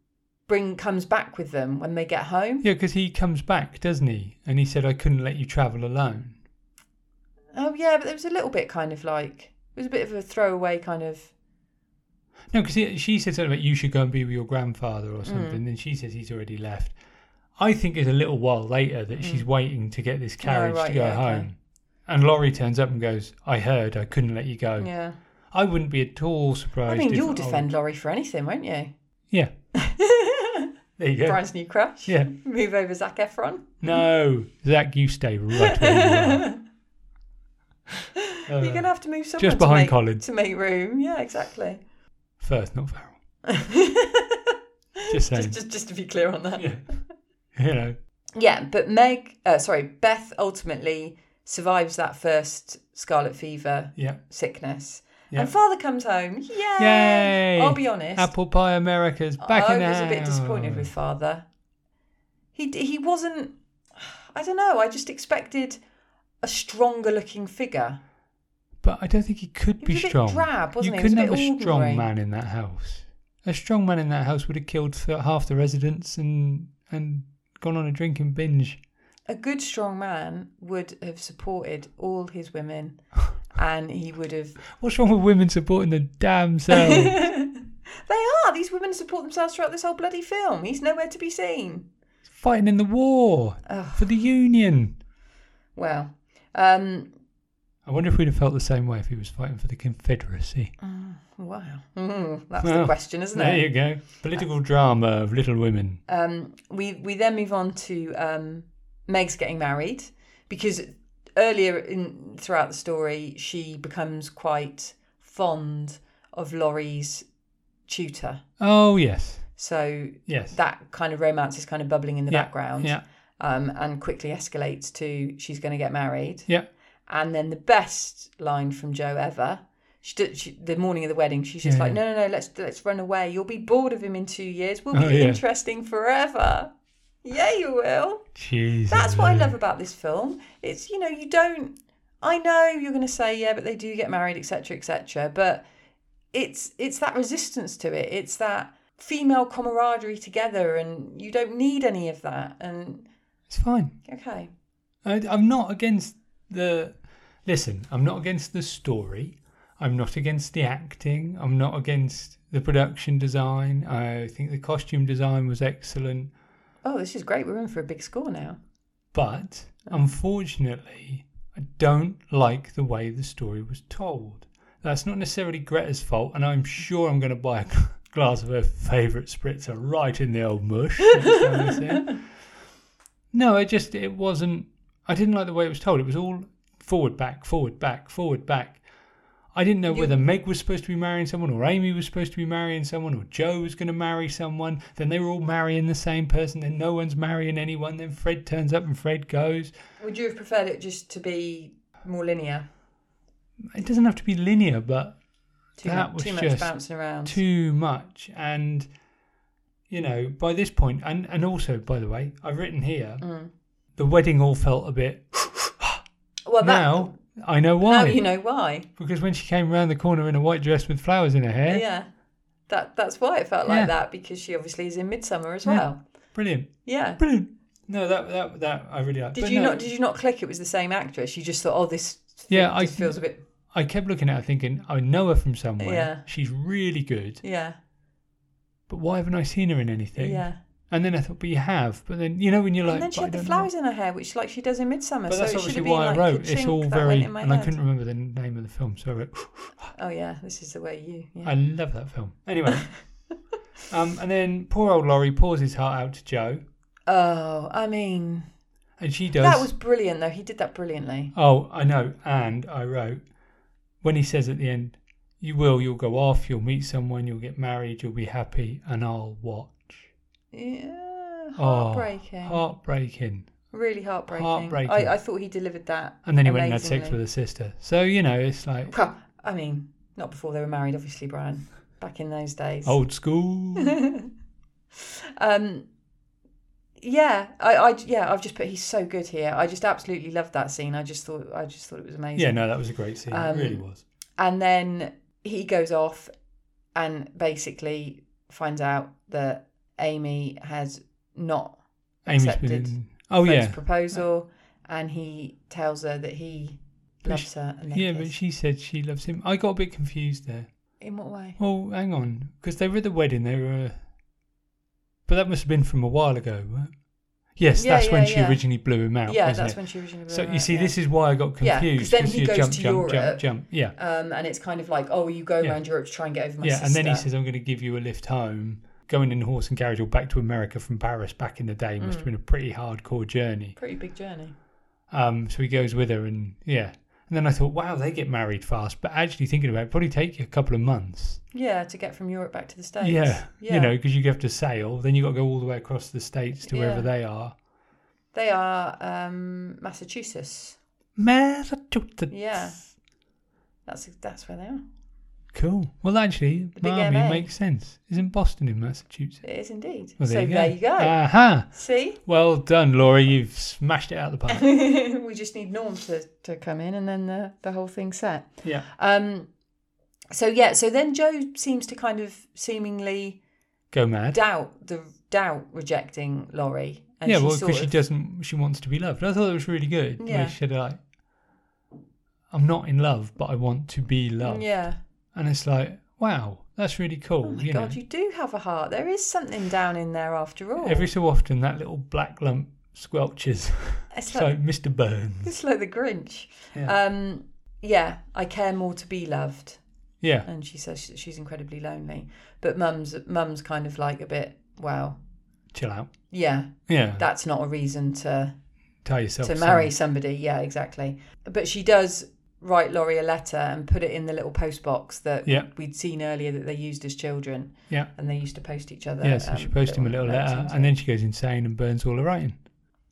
Speaker 3: bring comes back with them when they get home.
Speaker 2: yeah. Because he comes back, doesn't he? And he said, "I couldn't let you travel alone."
Speaker 3: Oh yeah, but there was a little bit kind of like it was a bit of a throwaway kind of
Speaker 2: No, because she said something about you should go and be with your grandfather
Speaker 3: Mm.
Speaker 2: or something. Then she says he's already left. I think it's a little while later that she's waiting to get this carriage
Speaker 3: Mm. Oh, right,
Speaker 2: to go
Speaker 3: yeah, okay.
Speaker 2: home. And Laurie turns up and goes, "I heard. I couldn't let you go."
Speaker 3: yeah.
Speaker 2: I wouldn't be at all
Speaker 3: I
Speaker 2: surprised.
Speaker 3: mean,
Speaker 2: if-
Speaker 3: you'll
Speaker 2: oh,
Speaker 3: defend Laurie for anything, won't you?
Speaker 2: yeah. there you go.
Speaker 3: Brian's new crush.
Speaker 2: Yeah.
Speaker 3: *laughs* Move over Zac
Speaker 2: *laughs*
Speaker 3: Efron.
Speaker 2: No, Zach, you stay
Speaker 3: *laughs*
Speaker 2: right where you are.
Speaker 3: You're
Speaker 2: Uh,
Speaker 3: gonna have to move someone
Speaker 2: just
Speaker 3: to
Speaker 2: behind
Speaker 3: make,
Speaker 2: Colin.
Speaker 3: to make room. Yeah, exactly. *laughs*
Speaker 2: Firth, not Farrell.
Speaker 3: just,
Speaker 2: Just saying.
Speaker 3: just, just to be clear on that. Yeah,
Speaker 2: Yeah. You know.
Speaker 3: but Meg, uh, sorry, Beth ultimately survives that first scarlet fever
Speaker 2: Yeah.
Speaker 3: sickness,
Speaker 2: Yeah.
Speaker 3: and Father comes home. Yay!
Speaker 2: Yay!
Speaker 3: I'll be honest.
Speaker 2: Apple Pie America's back
Speaker 3: I
Speaker 2: in
Speaker 3: Oh, was a bit
Speaker 2: house.
Speaker 3: disappointed with Father. He d- he wasn't. I don't know. I just expected a stronger looking figure.
Speaker 2: But I don't think he could
Speaker 3: He
Speaker 2: be
Speaker 3: was a bit
Speaker 2: strong.
Speaker 3: drab, wasn't
Speaker 2: you
Speaker 3: he? He was a
Speaker 2: couldn't
Speaker 3: bit
Speaker 2: have a strong
Speaker 3: ordinary.
Speaker 2: man in that house. A strong man in that house would have killed th- half the residents and and gone on a drinking binge.
Speaker 3: a good strong man would have supported all his
Speaker 2: *laughs*
Speaker 3: women and he would have
Speaker 2: What's wrong with women supporting the damn
Speaker 3: *laughs*
Speaker 2: self?
Speaker 3: they are these women support themselves throughout this whole bloody film he's nowhere to be seen
Speaker 2: Fighting in the war
Speaker 3: Ugh.
Speaker 2: for the Union.
Speaker 3: well um
Speaker 2: I wonder if we'd have felt the same way if he was fighting for the Confederacy.
Speaker 3: wow Mm, that's the
Speaker 2: Well,
Speaker 3: question isn't
Speaker 2: there
Speaker 3: it
Speaker 2: you go. Political drama of Little Women.
Speaker 3: um we we then move on to um meg's getting married because earlier in throughout the story she becomes quite fond of laurie's tutor
Speaker 2: Oh yes,
Speaker 3: so
Speaker 2: yes.
Speaker 3: that kind of romance is kind of bubbling in the
Speaker 2: Yeah,
Speaker 3: background
Speaker 2: Yeah,
Speaker 3: um, and quickly escalates to she's going to get married.
Speaker 2: yeah.
Speaker 3: And then the best line from Joe ever. She did, she, the morning of the wedding, she's just
Speaker 2: Yeah,
Speaker 3: like,
Speaker 2: yeah.
Speaker 3: no, no, no, let's let's run away. You'll be bored of him in two years. We'll be
Speaker 2: Oh, yeah.
Speaker 3: interesting forever. Yeah, you will.
Speaker 2: Jesus.
Speaker 3: That's what I love about this film. It's you know you don't. I know you're going to say yeah, but they do get married, etc., etc. But it's it's that resistance to it. It's that female camaraderie together, and you don't need any of that. And
Speaker 2: It's fine.
Speaker 3: okay,
Speaker 2: I, I'm not against the. Listen, I'm not against the story. I'm not against the acting. I'm not against the production design. I think the costume design was excellent.
Speaker 3: Oh, this is great. We're in for a big score now.
Speaker 2: But unfortunately, I don't like the way the story was told. That's not necessarily Greta's fault, and I'm sure I'm going to buy a glass of her favourite spritzer right in the old mush. next time I see her. no, I just, it wasn't, I didn't like the way it was told. It was all forward, back, forward, back, forward, back. I didn't know whether Meg was supposed to be marrying someone, or Amy was supposed to be marrying someone, or Joe was going to marry someone. Then they were all marrying the same person. Then no one's marrying anyone. Then Fred turns up and Fred goes.
Speaker 3: Would you have preferred it just to be more linear?
Speaker 2: It doesn't have to be linear, but
Speaker 3: Too,
Speaker 2: That
Speaker 3: mu-
Speaker 2: was
Speaker 3: too much
Speaker 2: just
Speaker 3: bouncing around.
Speaker 2: too much and you know by this point and and also by the way i've written here
Speaker 3: Mm.
Speaker 2: the wedding all felt a bit
Speaker 3: well, that,
Speaker 2: now i know why
Speaker 3: *laughs* now you know why.
Speaker 2: because when she came round the corner in a white dress with flowers in her hair
Speaker 3: Yeah. That that's why it felt
Speaker 2: Yeah.
Speaker 3: like that because she obviously is in Midsummer as well.
Speaker 2: brilliant
Speaker 3: Yeah.
Speaker 2: brilliant no that that that i really like
Speaker 3: Did you not did you not click it was the same actress? You just thought, oh, this
Speaker 2: Yeah,
Speaker 3: f-
Speaker 2: I
Speaker 3: just feels a bit
Speaker 2: i kept looking at her thinking i know her from somewhere
Speaker 3: Yeah.
Speaker 2: she's really good
Speaker 3: yeah
Speaker 2: but why haven't i seen her in anything
Speaker 3: yeah.
Speaker 2: and then i thought but you have but then you know when you're like
Speaker 3: and then she
Speaker 2: "But I
Speaker 3: had the
Speaker 2: don't know."
Speaker 3: flowers in her hair, which like she does in Midsummer.
Speaker 2: but that's
Speaker 3: so it should
Speaker 2: obviously
Speaker 3: have been
Speaker 2: why
Speaker 3: like
Speaker 2: I wrote. It's
Speaker 3: ka-chink,
Speaker 2: all
Speaker 3: that
Speaker 2: very,
Speaker 3: went in
Speaker 2: and
Speaker 3: my
Speaker 2: I
Speaker 3: head.
Speaker 2: couldn't remember the name of the film, so I wrote.
Speaker 3: Oh yeah, this is the way you. Yeah. *laughs*
Speaker 2: I love that film. Anyway, um, and then poor old Laurie pours his heart out to Joe,
Speaker 3: oh, I mean,
Speaker 2: and she does.
Speaker 3: that was brilliant though. He did that brilliantly.
Speaker 2: Oh, I know. And I wrote when he says at the end, "You will. You'll go off. You'll meet someone. You'll get married. You'll be happy, and I'll watch."
Speaker 3: Yeah,
Speaker 2: Oh,
Speaker 3: heartbreaking.
Speaker 2: heartbreaking.
Speaker 3: really heartbreaking.
Speaker 2: heartbreaking.
Speaker 3: I, I thought he delivered that.
Speaker 2: And then he went and had sex
Speaker 3: amazingly.
Speaker 2: with his sister. So you know, it's like
Speaker 3: Well, I mean, not before they were married, obviously, Brian. Back in those days.
Speaker 2: old
Speaker 3: *laughs*
Speaker 2: school.
Speaker 3: Um, yeah, I, I, yeah, I've just put. He's so good here. I just absolutely loved that scene. I just thought, I just thought it was amazing.
Speaker 2: yeah, no, that was a great scene.
Speaker 3: Um,
Speaker 2: it really was.
Speaker 3: And then he goes off, and basically finds out that Amy has not
Speaker 2: Amy's been.
Speaker 3: accepted
Speaker 2: In, oh
Speaker 3: Fred's
Speaker 2: yeah,
Speaker 3: proposal, and he tells her that he loves her. And they
Speaker 2: yeah. But
Speaker 3: kiss.
Speaker 2: she said she loves him. I got a bit confused there.
Speaker 3: in what way?
Speaker 2: Well, hang on, because they were at the wedding. They were, but that must have been from a while ago. Right? Yes,
Speaker 3: Yeah,
Speaker 2: that's when
Speaker 3: yeah,
Speaker 2: she
Speaker 3: yeah.
Speaker 2: originally blew him out.
Speaker 3: yeah,
Speaker 2: wasn't
Speaker 3: that's
Speaker 2: it?
Speaker 3: when she originally.
Speaker 2: So you
Speaker 3: wrote,
Speaker 2: see,
Speaker 3: yeah.
Speaker 2: this is why I got
Speaker 3: Yeah, 'cause
Speaker 2: confused.
Speaker 3: then
Speaker 2: 'cause
Speaker 3: he
Speaker 2: you
Speaker 3: goes
Speaker 2: jump,
Speaker 3: to
Speaker 2: jump,
Speaker 3: Europe.
Speaker 2: jump, jump. Yeah,
Speaker 3: Um, and it's kind of like, oh, you go
Speaker 2: Yeah.
Speaker 3: around Europe to try and get over my
Speaker 2: yeah.
Speaker 3: sister.
Speaker 2: And then he says, "I'm going to give you a lift home." Going in horse and carriage or back to America from Paris back in the day
Speaker 3: Mm.
Speaker 2: must have been a pretty hardcore journey.
Speaker 3: pretty big journey.
Speaker 2: Um, so he goes with her, and yeah. And then I thought, wow, they get married fast. But actually, thinking about it, probably take you a couple of months.
Speaker 3: Yeah, to get from Europe back to the States.
Speaker 2: Yeah,
Speaker 3: yeah.
Speaker 2: you know, because you have to sail, then you got to go all the way across the states to wherever
Speaker 3: Yeah.
Speaker 2: they are.
Speaker 3: they are um, Massachusetts.
Speaker 2: Massachusetts.
Speaker 3: Yeah, that's that's where they are.
Speaker 2: Cool. Well, actually,
Speaker 3: big
Speaker 2: Miami
Speaker 3: MA.
Speaker 2: makes sense. Isn't Boston in Massachusetts?
Speaker 3: It is indeed.
Speaker 2: Well,
Speaker 3: so
Speaker 2: there you go. Uh,
Speaker 3: there you go.
Speaker 2: Aha!
Speaker 3: See, *laughs*
Speaker 2: Well done, Laura. You've smashed it out of the park.
Speaker 3: we just need Norm to, to come in, and then the the whole thing's set.
Speaker 2: yeah.
Speaker 3: Um, so yeah, so then Joe seems to kind of seemingly
Speaker 2: Go mad.
Speaker 3: doubt the doubt rejecting Laurie. And
Speaker 2: yeah,
Speaker 3: she
Speaker 2: well,
Speaker 3: sort
Speaker 2: because she
Speaker 3: of-
Speaker 2: doesn't. She wants to be loved. I thought it was really good.
Speaker 3: Yeah.
Speaker 2: Where she said like, "I'm not in love, but I want to be loved,"
Speaker 3: Yeah.
Speaker 2: and it's like, wow, that's really cool.
Speaker 3: Oh my
Speaker 2: you
Speaker 3: God,
Speaker 2: know?
Speaker 3: you do have a heart. There is something down in there after all.
Speaker 2: Every so often, that little black lump squelches. *laughs*
Speaker 3: it's,
Speaker 2: So,
Speaker 3: like, *laughs*
Speaker 2: Mr. Burns.
Speaker 3: it's like the Grinch.
Speaker 2: Yeah.
Speaker 3: Um, yeah, I care more to be loved.
Speaker 2: yeah.
Speaker 3: And she says she- she's incredibly lonely. But mum's mum's kind of like a bit, wow,
Speaker 2: Chill out.
Speaker 3: yeah,
Speaker 2: Yeah.
Speaker 3: that's not a reason to
Speaker 2: Tell yourself.
Speaker 3: to marry somebody. Yeah, exactly. But she does write Laurie a letter and put it in the little post box that
Speaker 2: Yeah.
Speaker 3: we'd seen earlier that they used as children.
Speaker 2: Yeah.
Speaker 3: And they used to post each other.
Speaker 2: something. Yeah, so she
Speaker 3: um,
Speaker 2: posts him a little
Speaker 3: notes
Speaker 2: letter
Speaker 3: and
Speaker 2: and then she goes insane and burns all her writing.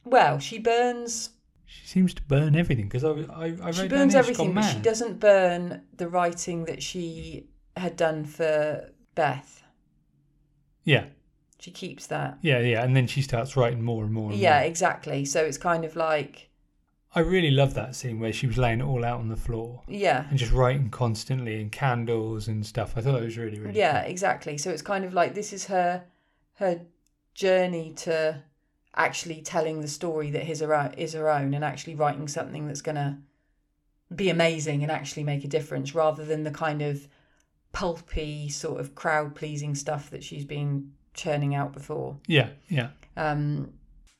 Speaker 3: Well, she burns.
Speaker 2: She seems to burn everything because I, I, I wrote
Speaker 3: She
Speaker 2: down
Speaker 3: burns
Speaker 2: here
Speaker 3: everything, but
Speaker 2: She's
Speaker 3: she
Speaker 2: gone mad.
Speaker 3: doesn't burn the writing that she had done for Beth.
Speaker 2: Yeah,
Speaker 3: She keeps that.
Speaker 2: yeah, yeah. And then she starts writing more and more. And
Speaker 3: Yeah,
Speaker 2: More.
Speaker 3: exactly. So it's kind of like,
Speaker 2: I really love that scene where she was laying it all out on the floor
Speaker 3: yeah,
Speaker 2: and just writing constantly and candles and stuff. I thought it was really, really.
Speaker 3: yeah, exactly. So it's kind of like this is her her journey to actually telling the story that is her own, is her own, and actually writing something that's gonna be amazing and actually make a difference rather than the kind of pulpy sort of crowd pleasing stuff that she's been churning out before.
Speaker 2: Yeah, yeah.
Speaker 3: Um,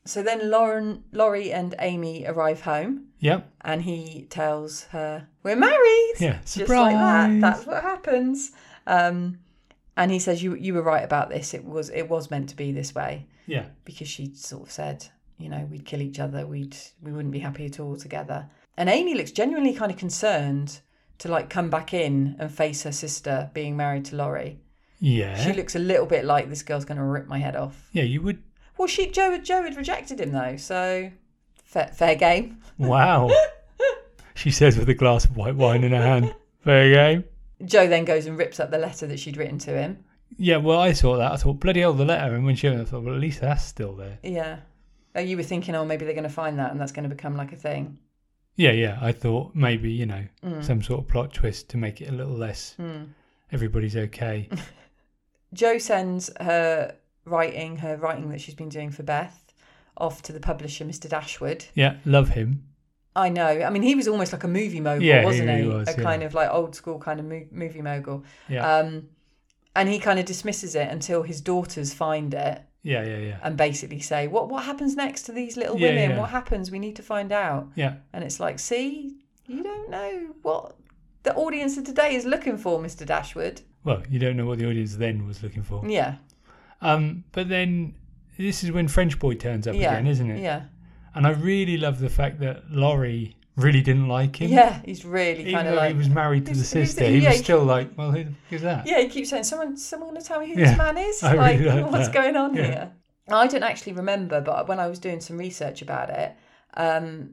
Speaker 3: so then Lauren, Laurie, and Amy arrive home,
Speaker 2: Yep.
Speaker 3: and he tells her, "We're married."
Speaker 2: Yeah.
Speaker 3: Just like that.
Speaker 2: Surprise!
Speaker 3: That's what happens. Um, and he says, "You you were right about this. It was it was meant to be this way
Speaker 2: Yeah.
Speaker 3: because she sort of said, you know, we'd kill each other. We'd we wouldn't be happy at all together." And Amy looks genuinely kind of concerned to like come back in and face her sister being married to Laurie. She
Speaker 2: Yeah.
Speaker 3: looks a little bit like this girl's going to rip my head off.
Speaker 2: yeah, you would.
Speaker 3: Well, she Joe Joe had rejected him though, so fair, fair game. *laughs*
Speaker 2: Wow. she says with a glass of white wine in her hand. Fair game.
Speaker 3: Joe then goes and rips up the letter that she'd written to him.
Speaker 2: Yeah, well, I saw that. I thought, bloody hell, the letter. And when she opened it, I thought, well, at least that's still there.
Speaker 3: Yeah. Oh, you were thinking, oh, maybe they're going to find that and that's going to become like a thing.
Speaker 2: Yeah, yeah. I thought maybe, you know,
Speaker 3: Mm.
Speaker 2: some sort of plot twist to make it a little less everybody's okay.
Speaker 3: Joe sends her writing, her writing that she's been doing for Beth, off to the publisher, Mr. Dashwood.
Speaker 2: yeah, love him.
Speaker 3: I know. I mean, he was almost like a movie mogul,
Speaker 2: Yeah, he
Speaker 3: wasn't he?
Speaker 2: really was,
Speaker 3: a
Speaker 2: yeah.
Speaker 3: kind of like old school kind of mo- movie mogul.
Speaker 2: Yeah.
Speaker 3: Um, and he kind of dismisses it until his daughters find it
Speaker 2: Yeah, yeah, yeah.
Speaker 3: and basically say, "What what happens next to these little
Speaker 2: Yeah,
Speaker 3: women?
Speaker 2: yeah.
Speaker 3: What happens? We need to find out."
Speaker 2: Yeah.
Speaker 3: And it's like, see, you don't know what the audience of today is looking for, Mr. Dashwood.
Speaker 2: Well, you don't know what the audience then was looking for.
Speaker 3: Yeah,
Speaker 2: Um, but then this is when French Boy turns up
Speaker 3: yeah,
Speaker 2: again, isn't it?
Speaker 3: Yeah,
Speaker 2: And I really love the fact that Laurie really didn't like him.
Speaker 3: yeah. He's really
Speaker 2: Even
Speaker 3: kind of
Speaker 2: though
Speaker 3: like,
Speaker 2: he was married to the
Speaker 3: Who's- who's
Speaker 2: sister,
Speaker 3: the-
Speaker 2: he
Speaker 3: yeah,
Speaker 2: was
Speaker 3: he-
Speaker 2: still like, well, who the fuck is that?
Speaker 3: yeah. He keeps saying, "Someone, someone, want to tell me who
Speaker 2: Yeah,
Speaker 3: this man is?
Speaker 2: *laughs* I
Speaker 3: like,
Speaker 2: really like
Speaker 3: what's
Speaker 2: that.
Speaker 3: going on
Speaker 2: Yeah.
Speaker 3: here?" I don't actually remember, but when I was doing some research about it, um,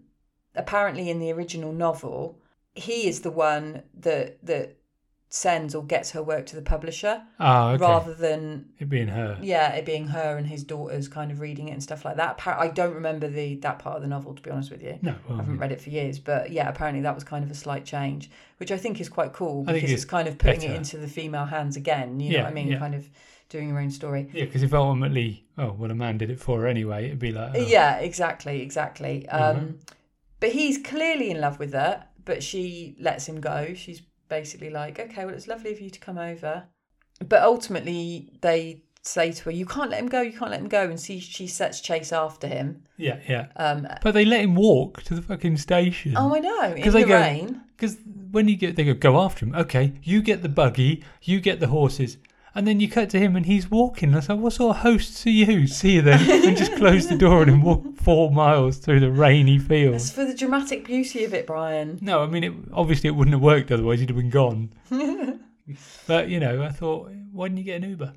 Speaker 3: apparently in the original novel, he is the one that that sends or gets her work to the publisher
Speaker 2: Oh, okay.
Speaker 3: rather than
Speaker 2: It being her.
Speaker 3: yeah it being her and his daughters kind of reading it and stuff like that Appar- i don't remember the that part of the novel to be honest with you
Speaker 2: No,
Speaker 3: i
Speaker 2: well,
Speaker 3: haven't read it for years but yeah apparently that was kind of a slight change which i think is quite cool
Speaker 2: I think
Speaker 3: because
Speaker 2: it's
Speaker 3: it's kind of putting it
Speaker 2: better.
Speaker 3: into the female hands again you know
Speaker 2: Yeah,
Speaker 3: what i mean
Speaker 2: yeah.
Speaker 3: kind of doing your own story
Speaker 2: yeah, because if ultimately, oh, well, a man did it for her anyway, it'd be like, oh, Mm-hmm.
Speaker 3: yeah exactly exactly um but he's clearly in love with her but she lets him go she's basically like okay well it's lovely of you to come over but ultimately they say to her you can't let him go you can't let him go and she, she sets chase after him
Speaker 2: yeah, yeah.
Speaker 3: Um,
Speaker 2: But they let him walk to the fucking station.
Speaker 3: oh, I know. In
Speaker 2: 'Cause
Speaker 3: the
Speaker 2: they go-
Speaker 3: rain.
Speaker 2: Because when you get, they go, go after him. Okay, you get the buggy, you get the horses, and then you cut to him and he's walking. I was like, what sort of hosts are you? See you then.
Speaker 3: *laughs*
Speaker 2: and just close the door on him, walk four miles through the rainy
Speaker 3: It's
Speaker 2: fields.
Speaker 3: for the dramatic beauty of it, Brian.
Speaker 2: No, I mean, it, obviously it wouldn't have worked otherwise, he'd have
Speaker 3: *laughs*
Speaker 2: been gone. but, you know, I thought, why didn't you get an Uber?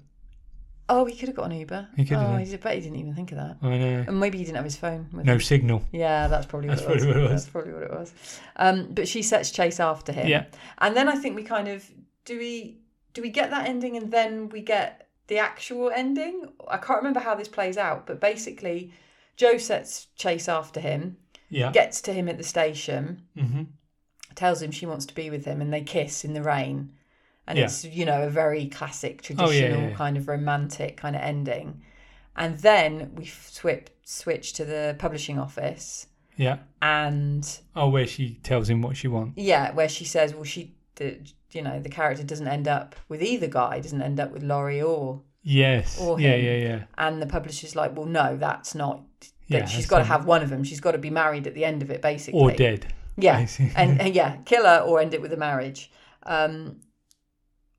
Speaker 3: Oh, he could have got an Uber.
Speaker 2: He could
Speaker 3: oh,
Speaker 2: have done.
Speaker 3: I bet he didn't even think of that.
Speaker 2: I know.
Speaker 3: And maybe he didn't have his phone. With
Speaker 2: No
Speaker 3: him.
Speaker 2: signal.
Speaker 3: Yeah, that's probably what
Speaker 2: That's
Speaker 3: it was.
Speaker 2: probably what it was.
Speaker 3: That's probably what it was. Um, but she sets chase after him.
Speaker 2: Yeah.
Speaker 3: And then I think we kind of do we do we get that ending and then we get the actual ending. I can't remember how this plays out, but basically, Joe sets chase after him,
Speaker 2: Yeah.
Speaker 3: gets to him at the station.
Speaker 2: hmm
Speaker 3: tells him she wants to be with him and they kiss in the rain and
Speaker 2: Yeah. Oh,
Speaker 3: it's you know a very classic
Speaker 2: yeah,
Speaker 3: traditional
Speaker 2: yeah, yeah.
Speaker 3: kind of romantic kind of ending and then we switch switch to the publishing office
Speaker 2: Yeah.
Speaker 3: and
Speaker 2: Oh, where she tells him what she wants.
Speaker 3: yeah where she says well she the, you know the character doesn't end up with either guy doesn't end up with Laurie or
Speaker 2: Yes.
Speaker 3: Or
Speaker 2: yeah,
Speaker 3: him.
Speaker 2: yeah, yeah.
Speaker 3: and the publisher's like well no that's not
Speaker 2: Yeah,
Speaker 3: that she's
Speaker 2: that's
Speaker 3: got to
Speaker 2: not-
Speaker 3: have one of them she's got to be married at the end of it basically
Speaker 2: Or dead.
Speaker 3: Yeah,
Speaker 2: Basically.
Speaker 3: and and yeah, kill her or end it with a marriage. Um,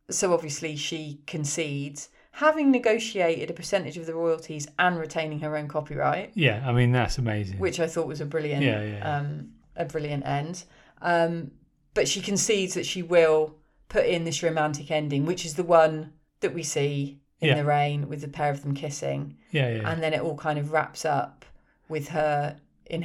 Speaker 3: so obviously she concedes, having negotiated a percentage of the royalties and retaining her own copyright,
Speaker 2: *laughs* Yeah, I mean, that's amazing.
Speaker 3: which I thought was a brilliant,
Speaker 2: Yeah, yeah, yeah.
Speaker 3: Um, a brilliant end. Um, but she concedes that she will put in this romantic ending, which is the one that we see in
Speaker 2: Yeah.
Speaker 3: the rain with the pair of them kissing
Speaker 2: yeah, yeah. yeah.
Speaker 3: and then it all kind of wraps up with her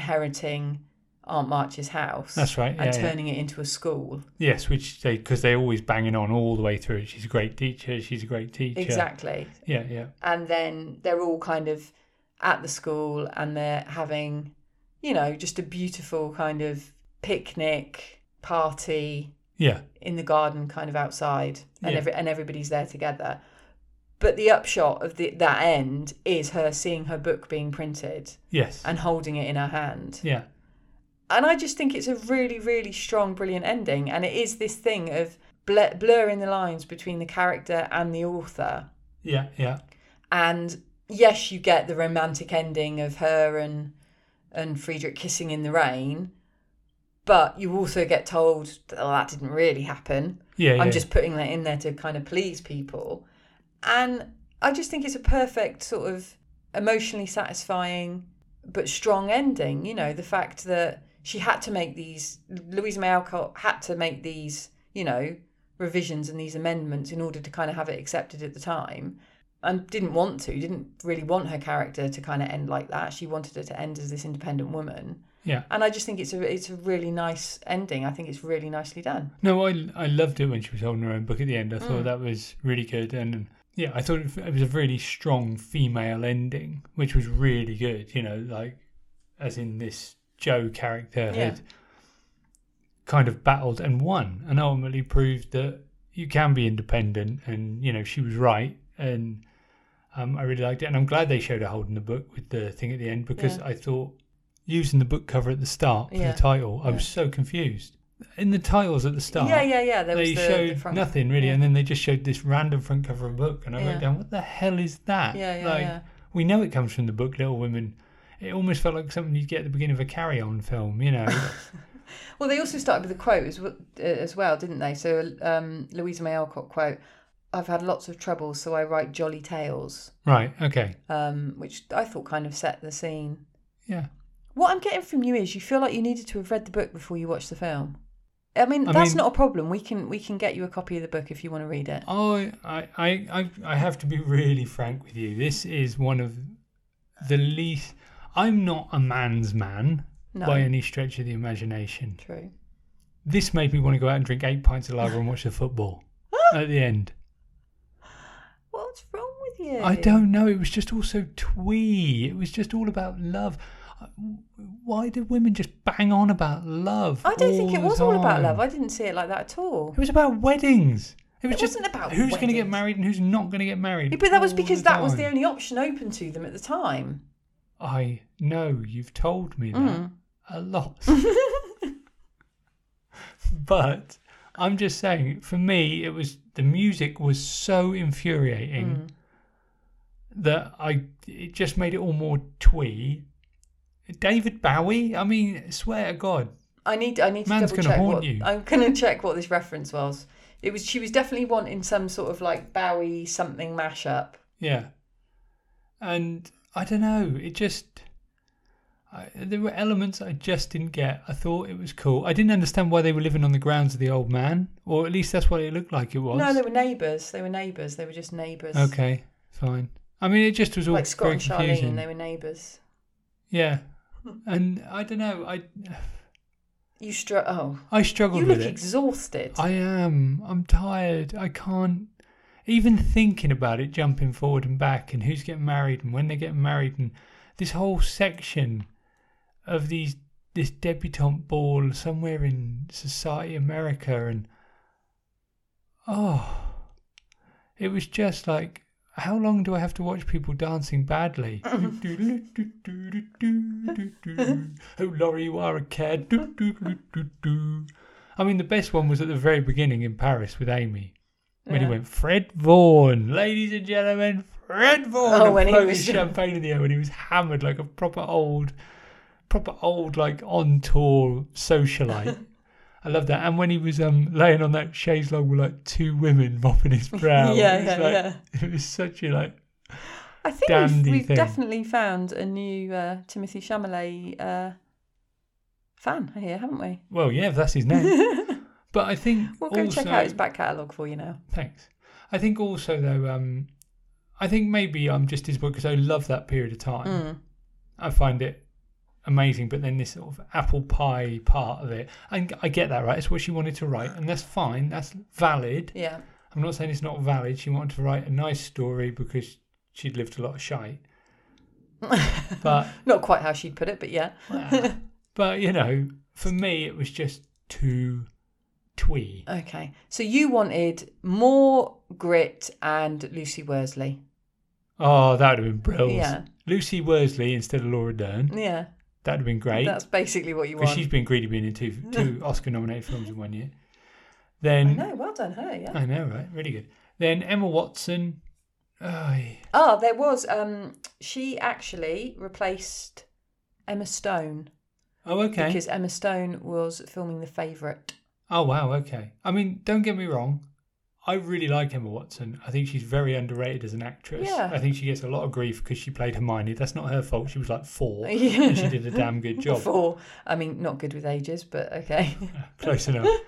Speaker 3: inheriting Aunt March's house.
Speaker 2: That's right,
Speaker 3: and
Speaker 2: yeah, yeah.
Speaker 3: turning it into a school.
Speaker 2: Yes, which they because they're always banging on all the way through. She's a great teacher. She's a great teacher.
Speaker 3: Exactly.
Speaker 2: Yeah, yeah,
Speaker 3: And then they're all kind of at the school and they're having, you know, just a beautiful kind of picnic party
Speaker 2: yeah,
Speaker 3: in the garden kind of outside and
Speaker 2: Yeah.
Speaker 3: every, and everybody's there together. But the upshot of the, that end is her seeing her book being printed
Speaker 2: yes,
Speaker 3: and holding it in her hand.
Speaker 2: yeah,
Speaker 3: and I just think it's a really, really strong, brilliant ending. And it is this thing of bl- blurring the lines between the character and the author.
Speaker 2: Yeah, yeah.
Speaker 3: And yes, you get the romantic ending of her and and Friedrich kissing in the rain, but you also get told that oh, that didn't really happen.
Speaker 2: Yeah,
Speaker 3: I'm
Speaker 2: yeah.
Speaker 3: just putting that in there to kind of please people. And I just think it's a perfect sort of emotionally satisfying but strong ending. You know, the fact that she had to make these, Louisa May Alcott had to make these, you know, revisions and these amendments in order to kind of have it accepted at the time. And didn't want to, didn't really want her character to kind of end like that. She wanted her to end as this independent woman.
Speaker 2: Yeah.
Speaker 3: And I just think it's a it's a really nice ending. I think it's really nicely done.
Speaker 2: No, I I loved it when she was holding her own book at the end. I
Speaker 3: Mm.
Speaker 2: thought that was really good, and yeah, I thought it, it was a really strong female ending, which was really good. You know, like as in this Joe character
Speaker 3: Yeah.
Speaker 2: had kind of battled and won, and ultimately proved that you can be independent, and you know she was right, and um, I really liked it, and I'm glad they showed her holding the book with the thing at the end because
Speaker 3: Yeah.
Speaker 2: I thought using the book cover at the start for
Speaker 3: Yeah.
Speaker 2: the title, I was so confused. In the titles at the start,
Speaker 3: Yeah, yeah, yeah. There was
Speaker 2: they
Speaker 3: the,
Speaker 2: showed
Speaker 3: the front-
Speaker 2: nothing really,
Speaker 3: yeah.
Speaker 2: and then they just showed this random front cover of a book, and I
Speaker 3: Yeah.
Speaker 2: wrote down, "What the hell is that?"
Speaker 3: Yeah, yeah,
Speaker 2: like
Speaker 3: yeah.
Speaker 2: we know it comes from the book Little Women. It almost felt like something you'd get at the beginning of a carry-on film, you know.
Speaker 3: *laughs* Well, they also started with a quote as, w- uh, as well, didn't they? So um, Louisa May Alcott quote: "I've had lots of troubles, so I write jolly tales,"
Speaker 2: right? Okay.
Speaker 3: um, which I thought kind of set the scene.
Speaker 2: Yeah.
Speaker 3: What I'm getting from you is you feel like you needed to have read the book before you watched the film. I mean,
Speaker 2: I
Speaker 3: that's
Speaker 2: mean-
Speaker 3: not a problem. We can we can get you a copy of the book if you want to read it.
Speaker 2: I, Oh, I, I, I- I have to be really frank with you. This is one of the least. I'm not a man's man
Speaker 3: No,
Speaker 2: by any stretch of the imagination.
Speaker 3: true.
Speaker 2: This made me want to go out and drink eight pints of lager and watch the
Speaker 3: *gasps*
Speaker 2: football at the end.
Speaker 3: What's wrong with you?
Speaker 2: I don't know. It was just all so twee. It was just all about love. Why do women just bang on about love?
Speaker 3: I don't think
Speaker 2: all
Speaker 3: it
Speaker 2: the
Speaker 3: was all about
Speaker 2: time?
Speaker 3: love. I didn't see it like that at all.
Speaker 2: It was about weddings. It was
Speaker 3: It
Speaker 2: just
Speaker 3: wasn't about
Speaker 2: who's going to get
Speaker 3: weddings.
Speaker 2: married and who's not going to get married.
Speaker 3: Yeah, but that was
Speaker 2: all the
Speaker 3: because that was the
Speaker 2: time.
Speaker 3: only option open to them at the time.
Speaker 2: I know you've told me that a lot. but I'm just saying, for me, it was the music was so infuriating that I it just made it all more twee. David Bowie, I mean, swear to God,
Speaker 3: I need I need to
Speaker 2: Man's
Speaker 3: double
Speaker 2: gonna
Speaker 3: check
Speaker 2: haunt
Speaker 3: what
Speaker 2: you.
Speaker 3: I'm gonna *laughs* check what this reference was. It was she was definitely wanting some sort of like Bowie something mashup.
Speaker 2: yeah. And I don't know, it just. I, there were elements I just didn't get. I thought it was cool. I didn't understand why they were living on the grounds of the old man, or at least that's what it looked like it was.
Speaker 3: No, they were neighbours. They were neighbours. They were just neighbours.
Speaker 2: Okay, fine. I mean, it just was all
Speaker 3: Like Scott
Speaker 2: very
Speaker 3: and
Speaker 2: confusing.
Speaker 3: Charlene, they were neighbours. *laughs*
Speaker 2: Yeah, and I don't know. I
Speaker 3: You str oh.
Speaker 2: I struggled
Speaker 3: You
Speaker 2: with
Speaker 3: look
Speaker 2: it.
Speaker 3: exhausted.
Speaker 2: I am. I'm tired. I can't even thinking about it. Jumping forward and back, and who's getting married, and when they're getting married, and this whole section of these this debutante ball somewhere in society America, and oh, it was just like. How long do I have to watch people dancing badly? oh, Laurie, you are a cad. I mean, the best one was at the very beginning in Paris with Amy, when he
Speaker 3: Yeah.
Speaker 2: went Fred Vaughan, ladies and gentlemen, Fred Vaughan.
Speaker 3: Oh,
Speaker 2: and
Speaker 3: when he
Speaker 2: floated
Speaker 3: was-
Speaker 2: champagne in the air when he was hammered like a proper old, proper old like on tour socialite.
Speaker 3: *laughs*
Speaker 2: I love that. And when he was um laying on that chaise longue with like two women mopping his brow,
Speaker 3: *laughs* Yeah,
Speaker 2: it was,
Speaker 3: yeah,
Speaker 2: like,
Speaker 3: yeah.
Speaker 2: It was such a like
Speaker 3: I think
Speaker 2: dandy
Speaker 3: we've, we've
Speaker 2: thing.
Speaker 3: definitely found a new uh, Timothy Chalamet uh, fan here, haven't we?
Speaker 2: well, yeah, if that's
Speaker 3: *laughs*
Speaker 2: his name. but I think
Speaker 3: We'll go
Speaker 2: also,
Speaker 3: check out his back catalogue for you now.
Speaker 2: Thanks. I think also though, um, I think maybe I'm just disappointed because I love that period of time.
Speaker 3: Mm. Hmm.
Speaker 2: I find it amazing, but then this sort of apple pie part of it, and I get that right. It's what she wanted to write, and that's fine. That's valid.
Speaker 3: Yeah. *laughs*
Speaker 2: I'm not saying it's not valid. She wanted to write a nice story because she'd lived a lot of shite. but
Speaker 3: Not quite how she'd put it, but yeah.
Speaker 2: but you know, for me, it was just too twee.
Speaker 3: Okay. So you wanted more grit and Lucy Worsley.
Speaker 2: Oh, that would have been brilliant.
Speaker 3: Yeah.
Speaker 2: Lucy Worsley instead of Laura Dern.
Speaker 3: Yeah.
Speaker 2: That'd have been great
Speaker 3: That's basically what you
Speaker 2: because
Speaker 3: want.
Speaker 2: she's been greedy being in
Speaker 3: *laughs*
Speaker 2: two two Oscar nominated films in one year.
Speaker 3: I
Speaker 2: Then
Speaker 3: know, well done her, yeah.
Speaker 2: I know, right? Really good. Then Emma Watson. Ay,
Speaker 3: Ah, there was. Um, she actually replaced Emma Stone
Speaker 2: Oh, okay.
Speaker 3: because Emma Stone was filming The
Speaker 2: *laughs*
Speaker 3: Favourite.
Speaker 2: Oh, wow. Okay. I mean, don't get me wrong. I really like Emma Watson. I think she's very underrated as an actress.
Speaker 3: Yeah.
Speaker 2: I think she gets a lot of grief because she played Hermione. That's not her fault. She was like
Speaker 3: *laughs*
Speaker 2: four
Speaker 3: Yeah.
Speaker 2: and she did a
Speaker 3: *laughs*
Speaker 2: damn good job.
Speaker 3: Before, I mean, not good with ages, but okay.
Speaker 2: Close enough. *laughs*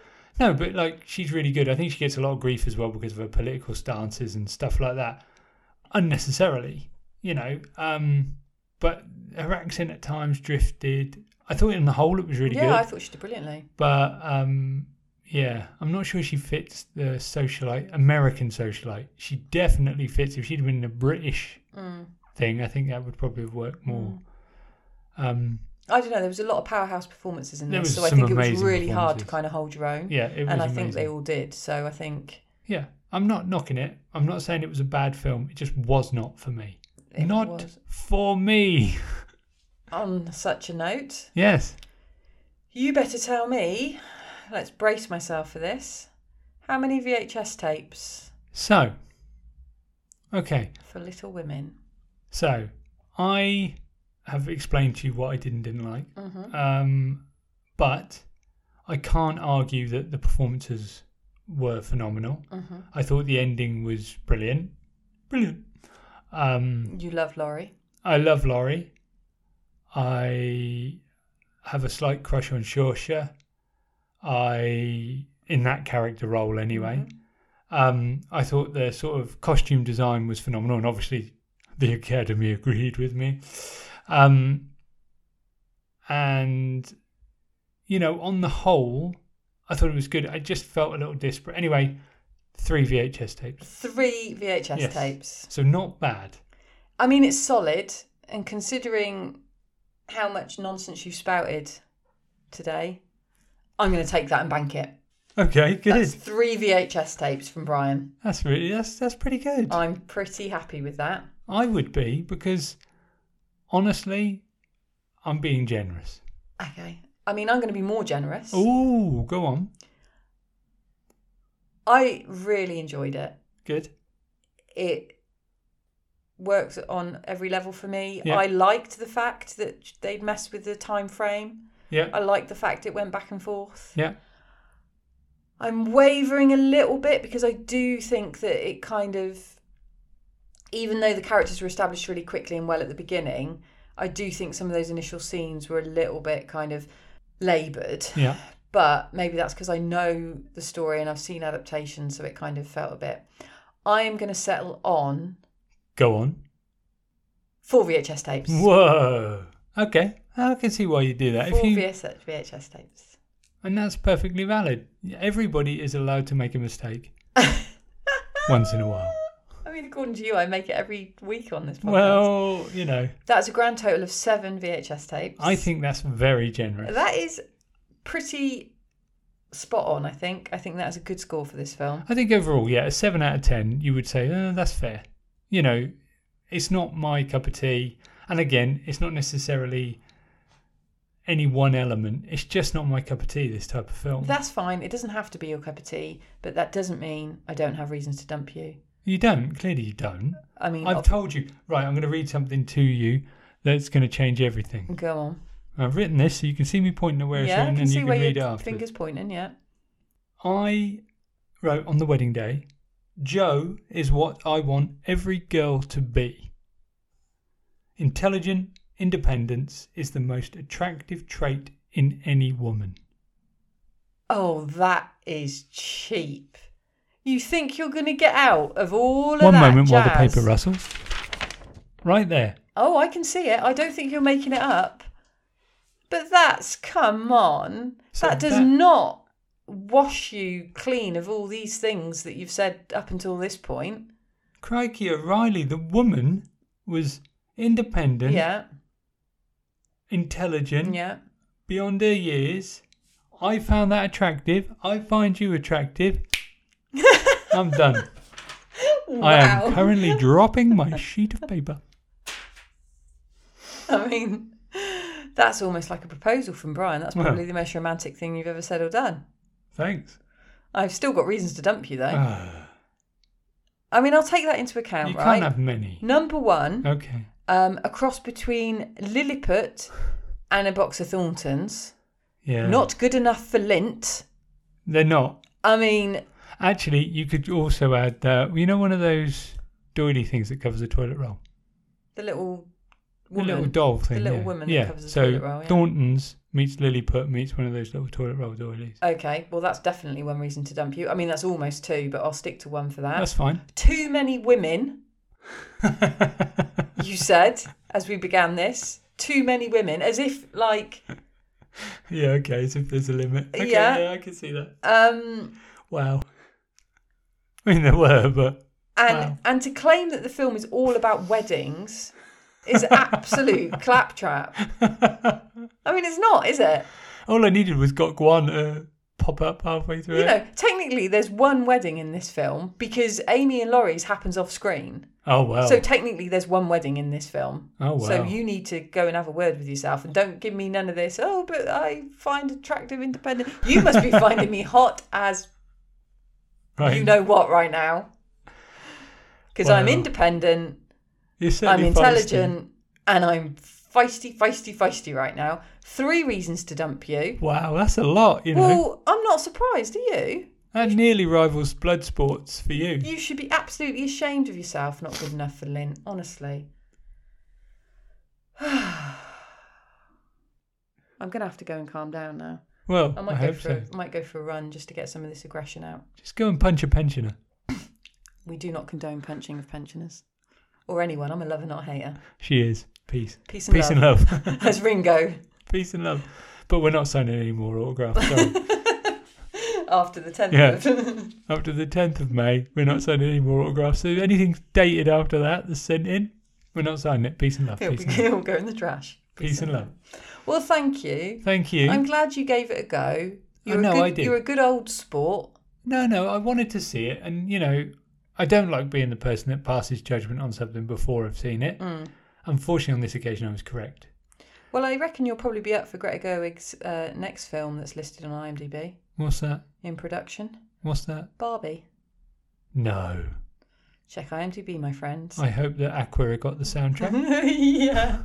Speaker 2: No, but like she's really good. I think she gets a lot of grief as well because of her political stances and stuff like that, unnecessarily, you know. Um, but her accent at times drifted. I thought on the whole it was really
Speaker 3: yeah,
Speaker 2: good.
Speaker 3: I thought she did brilliantly.
Speaker 2: but um yeah i'm not sure she fits the socialite american socialite she definitely fits if she'd been in a british
Speaker 3: Mm.
Speaker 2: thing i think that would probably have worked more
Speaker 3: Mm.
Speaker 2: um
Speaker 3: I don't know. There was a lot of powerhouse performances in
Speaker 2: There
Speaker 3: this,
Speaker 2: was
Speaker 3: so I
Speaker 2: some
Speaker 3: think it was
Speaker 2: amazing
Speaker 3: really hard to
Speaker 2: performances.
Speaker 3: kind of hold your own.
Speaker 2: yeah it was
Speaker 3: and I
Speaker 2: amazing.
Speaker 3: think they all did. So I think
Speaker 2: yeah i'm not knocking it i'm not saying it was a bad film it just was not for me
Speaker 3: it
Speaker 2: not
Speaker 3: was.
Speaker 2: for me *laughs*
Speaker 3: On such a note,
Speaker 2: yes
Speaker 3: you better tell me. Let's brace myself for this. How many VHS tapes
Speaker 2: so okay
Speaker 3: for Little Women?
Speaker 2: So, I have explained to you what I did and didn't like,
Speaker 3: Mm-hmm.
Speaker 2: um, but I can't argue that the performances were phenomenal.
Speaker 3: Mm-hmm.
Speaker 2: I thought the ending was brilliant, brilliant. Um,
Speaker 3: You love Laurie.
Speaker 2: I love Laurie. I have a slight crush on Shorsha. I in that character role anyway. Um, I thought the sort of costume design was phenomenal, and obviously the Academy agreed with me. Um, and you know, on the whole, I thought it was good. I just felt a little disparate. Anyway, three VHS tapes,
Speaker 3: Three VHS
Speaker 2: Yes.
Speaker 3: tapes.
Speaker 2: so not bad.
Speaker 3: I mean, it's solid, and considering how much nonsense you spouted today, I'm going to take that and bank it.
Speaker 2: Okay, good.
Speaker 3: That's three VHS tapes from Brian.
Speaker 2: That's really that's that's pretty good. I,
Speaker 3: I'm pretty happy with that.
Speaker 2: would be because honestly, I'm being generous.
Speaker 3: Okay. I mean, I'm going to be more generous.
Speaker 2: Oh, go on.
Speaker 3: I really enjoyed it.
Speaker 2: Good.
Speaker 3: It worked on every level for me.
Speaker 2: Yeah.
Speaker 3: I liked the fact that they'd messed with the time frame.
Speaker 2: Yeah.
Speaker 3: I liked the fact it went back and forth.
Speaker 2: Yeah.
Speaker 3: I'm wavering a little bit because I do think that it kind of, even though the characters were established really quickly and well at the beginning, I do think some of those initial scenes were a little bit kind of laboured.
Speaker 2: Yeah.
Speaker 3: But maybe that's because I know the story and I've seen adaptations, so it kind of felt a bit. I am going to settle on
Speaker 2: Go on.
Speaker 3: four VHS tapes.
Speaker 2: Whoa. Okay. I can see why you do that.
Speaker 3: Four
Speaker 2: If you,
Speaker 3: VHS, VHS tapes.
Speaker 2: and that's perfectly valid. Everybody is allowed to make a mistake once in a while.
Speaker 3: I mean, according to you, I make it every week on this podcast.
Speaker 2: Well, you know,
Speaker 3: That's a grand total of seven VHS tapes.
Speaker 2: I think that's very generous.
Speaker 3: that is pretty spot on. I think. I think that is a good score for this film.
Speaker 2: I think overall, yeah, a seven out of ten, you would say, oh, that's fair. You know, it's not my cup of tea. And again, it's not necessarily any one element. It's just not my cup of tea, this type of film.
Speaker 3: That's fine. It doesn't have to be your cup of tea, but that doesn't mean I don't have reasons to dump you.
Speaker 2: you don't, clearly you don't.
Speaker 3: I mean,
Speaker 2: I've told you. Right, I'm going to read something to you that's going to change everything.
Speaker 3: go on.
Speaker 2: I've written this so you can see me pointing to where it's
Speaker 3: yeah, I
Speaker 2: written
Speaker 3: can
Speaker 2: and
Speaker 3: see
Speaker 2: you can
Speaker 3: where
Speaker 2: read it
Speaker 3: your
Speaker 2: after.
Speaker 3: fingers pointing. Yeah.
Speaker 2: I wrote on the wedding day, Joe is what I want every girl to be. Intelligent independence is the most attractive trait in any woman.
Speaker 3: Oh, that is cheap. You think you're going to get out of all of
Speaker 2: One
Speaker 3: that
Speaker 2: moment while the
Speaker 3: jazz?
Speaker 2: paper rustles. Right there.
Speaker 3: Oh, I can see it. I don't think you're making it up. But that's come on.
Speaker 2: So
Speaker 3: that does
Speaker 2: that-
Speaker 3: not wash you clean of all these things that you've said up until this point.
Speaker 2: Crikey O'Reilly, the woman was independent,
Speaker 3: Yeah.
Speaker 2: intelligent,
Speaker 3: Yeah.
Speaker 2: beyond her years. I found that attractive. I find you attractive.
Speaker 3: *laughs*
Speaker 2: I'm done. I
Speaker 3: *laughs*
Speaker 2: am
Speaker 3: Wow.
Speaker 2: currently dropping my sheet of paper.
Speaker 3: I mean, That's almost like a proposal from Brian. That's
Speaker 2: Well.
Speaker 3: probably the most romantic thing you've ever said or done.
Speaker 2: Thanks.
Speaker 3: I've still got reasons to dump you, though.
Speaker 2: Ah,
Speaker 3: I mean, I'll take that into account,
Speaker 2: you
Speaker 3: right?
Speaker 2: can't have many.
Speaker 3: Number one,
Speaker 2: Okay.
Speaker 3: um, a cross between Lilliput and a box of Thorntons.
Speaker 2: Yeah.
Speaker 3: Not good enough for lint.
Speaker 2: They're not.
Speaker 3: I mean,
Speaker 2: Actually, you could also add, uh, you know, one of those doily things that covers a toilet roll?
Speaker 3: the little
Speaker 2: The
Speaker 3: woman.
Speaker 2: little doll thing.
Speaker 3: little
Speaker 2: yeah.
Speaker 3: woman that
Speaker 2: yeah.
Speaker 3: covers a
Speaker 2: so
Speaker 3: toilet roll, yeah.
Speaker 2: Thornton's meets Lilliput meets one of those little toilet roll doilies.
Speaker 3: Okay, well, that's definitely one reason to dump you. I mean, that's almost two, but I'll stick to one for that.
Speaker 2: That's fine. *laughs*
Speaker 3: Too many women, you said, as we began this. Too many women, as if, like,
Speaker 2: yeah, okay, so if there's a limit. Okay,
Speaker 3: Yeah.
Speaker 2: yeah. I can see that.
Speaker 3: um,
Speaker 2: Wow. I mean, there were, but
Speaker 3: and
Speaker 2: Wow.
Speaker 3: and to claim that the film is all about weddings is
Speaker 2: *laughs*
Speaker 3: absolute claptrap. I mean, it's not, is it?
Speaker 2: all I needed was Gok Guan to pop up halfway through
Speaker 3: You
Speaker 2: it.
Speaker 3: know, technically, there's one wedding in this film because Amy and Laurie's happens off screen.
Speaker 2: Oh, wow.
Speaker 3: So technically, there's one wedding in this film.
Speaker 2: oh, wow.
Speaker 3: So you need to go and have a word with yourself and don't give me none of this. Oh, but I find attractive independent. You must
Speaker 2: *laughs*
Speaker 3: be finding me hot as
Speaker 2: right.
Speaker 3: you know what right now. Because I'm
Speaker 2: Wow.
Speaker 3: independent,
Speaker 2: You're
Speaker 3: I'm
Speaker 2: certainly feisty.
Speaker 3: intelligent, and I'm feisty, feisty, feisty right now. Three reasons to dump you.
Speaker 2: Wow, that's a lot, you know.
Speaker 3: Well, I'm not surprised, are you?
Speaker 2: that nearly rivals blood sports for you.
Speaker 3: You should be absolutely ashamed of yourself. Not good enough for Lynn, honestly. *sighs* I'm going to have to go and calm down now.
Speaker 2: Well,
Speaker 3: I
Speaker 2: I,
Speaker 3: might go
Speaker 2: hope
Speaker 3: for
Speaker 2: so.
Speaker 3: a, might go for a run just to get some of this aggression out.
Speaker 2: Just go and punch a pensioner.
Speaker 3: We do not condone punching of pensioners or anyone. I'm a lover, not a hater.
Speaker 2: She is. Peace.
Speaker 3: Peace and
Speaker 2: Peace
Speaker 3: love.
Speaker 2: and love. *laughs*
Speaker 3: As Ringo
Speaker 2: Peace and love. But we're not signing any more autographs. Sorry.
Speaker 3: *laughs* after the tenth.
Speaker 2: Yeah.
Speaker 3: of- *laughs*
Speaker 2: after the 10th of May, we're not signing any more autographs. So anything dated after that that's sent in, we're not signing it. Peace and love.
Speaker 3: it'll,
Speaker 2: Peace
Speaker 3: be-
Speaker 2: and love.
Speaker 3: it'll go in the trash.
Speaker 2: Peace and love.
Speaker 3: Well, thank you.
Speaker 2: Thank you.
Speaker 3: I'm glad you gave it a go. You're
Speaker 2: know
Speaker 3: a good,
Speaker 2: I did.
Speaker 3: You're a good old sport.
Speaker 2: No, no, I wanted to see it. And, you know, I don't like being the person that passes judgment on something before I've seen it.
Speaker 3: Mm.
Speaker 2: Unfortunately, on this occasion, I was correct.
Speaker 3: Well, I reckon you'll probably be up for Greta Gerwig's uh, next film that's listed on IMDb
Speaker 2: What's that?
Speaker 3: in production.
Speaker 2: What's that?
Speaker 3: Barbie.
Speaker 2: No.
Speaker 3: Check IMDb, my friends. *laughs*
Speaker 2: I hope that Aqua got the soundtrack.
Speaker 3: yeah.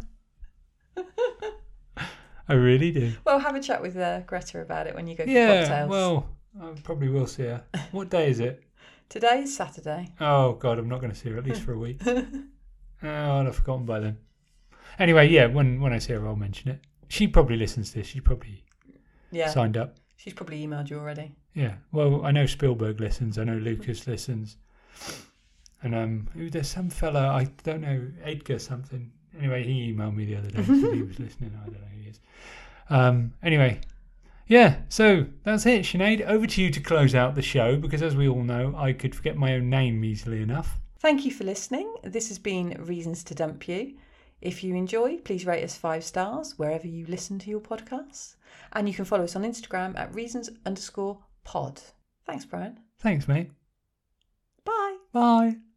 Speaker 2: I really do.
Speaker 3: Well, have a chat with uh, Greta about it when you go for
Speaker 2: Yeah,
Speaker 3: cocktails.
Speaker 2: well, I probably will see her. What day is it?
Speaker 3: Today is
Speaker 2: *laughs*
Speaker 3: Saturday.
Speaker 2: Oh, God, I'm not going to see her at least for
Speaker 3: *laughs*
Speaker 2: a week. oh, I'd have forgotten by then. Anyway, yeah, when, when I see her, I'll mention it. She probably listens to this. She probably
Speaker 3: Yeah.
Speaker 2: signed up.
Speaker 3: She's probably emailed you already.
Speaker 2: Yeah. Well, I know Spielberg listens. I know Lucas listens. And um, who- there's some fella I don't know Edgar something. Anyway, he emailed me the other day. said he was listening. I don't know who he is. Um. Anyway, yeah. So that's it, Sinead. Over to you to close out the show because, as we all know, I could forget my own name easily enough.
Speaker 3: Thank you for listening. This has been Reasons to Dump You. If you enjoyed, please rate us five stars wherever you listen to your podcasts. And you can follow us on Instagram at reasons underscore pod. Thanks, Brian.
Speaker 2: Thanks, mate.
Speaker 3: Bye.
Speaker 2: Bye.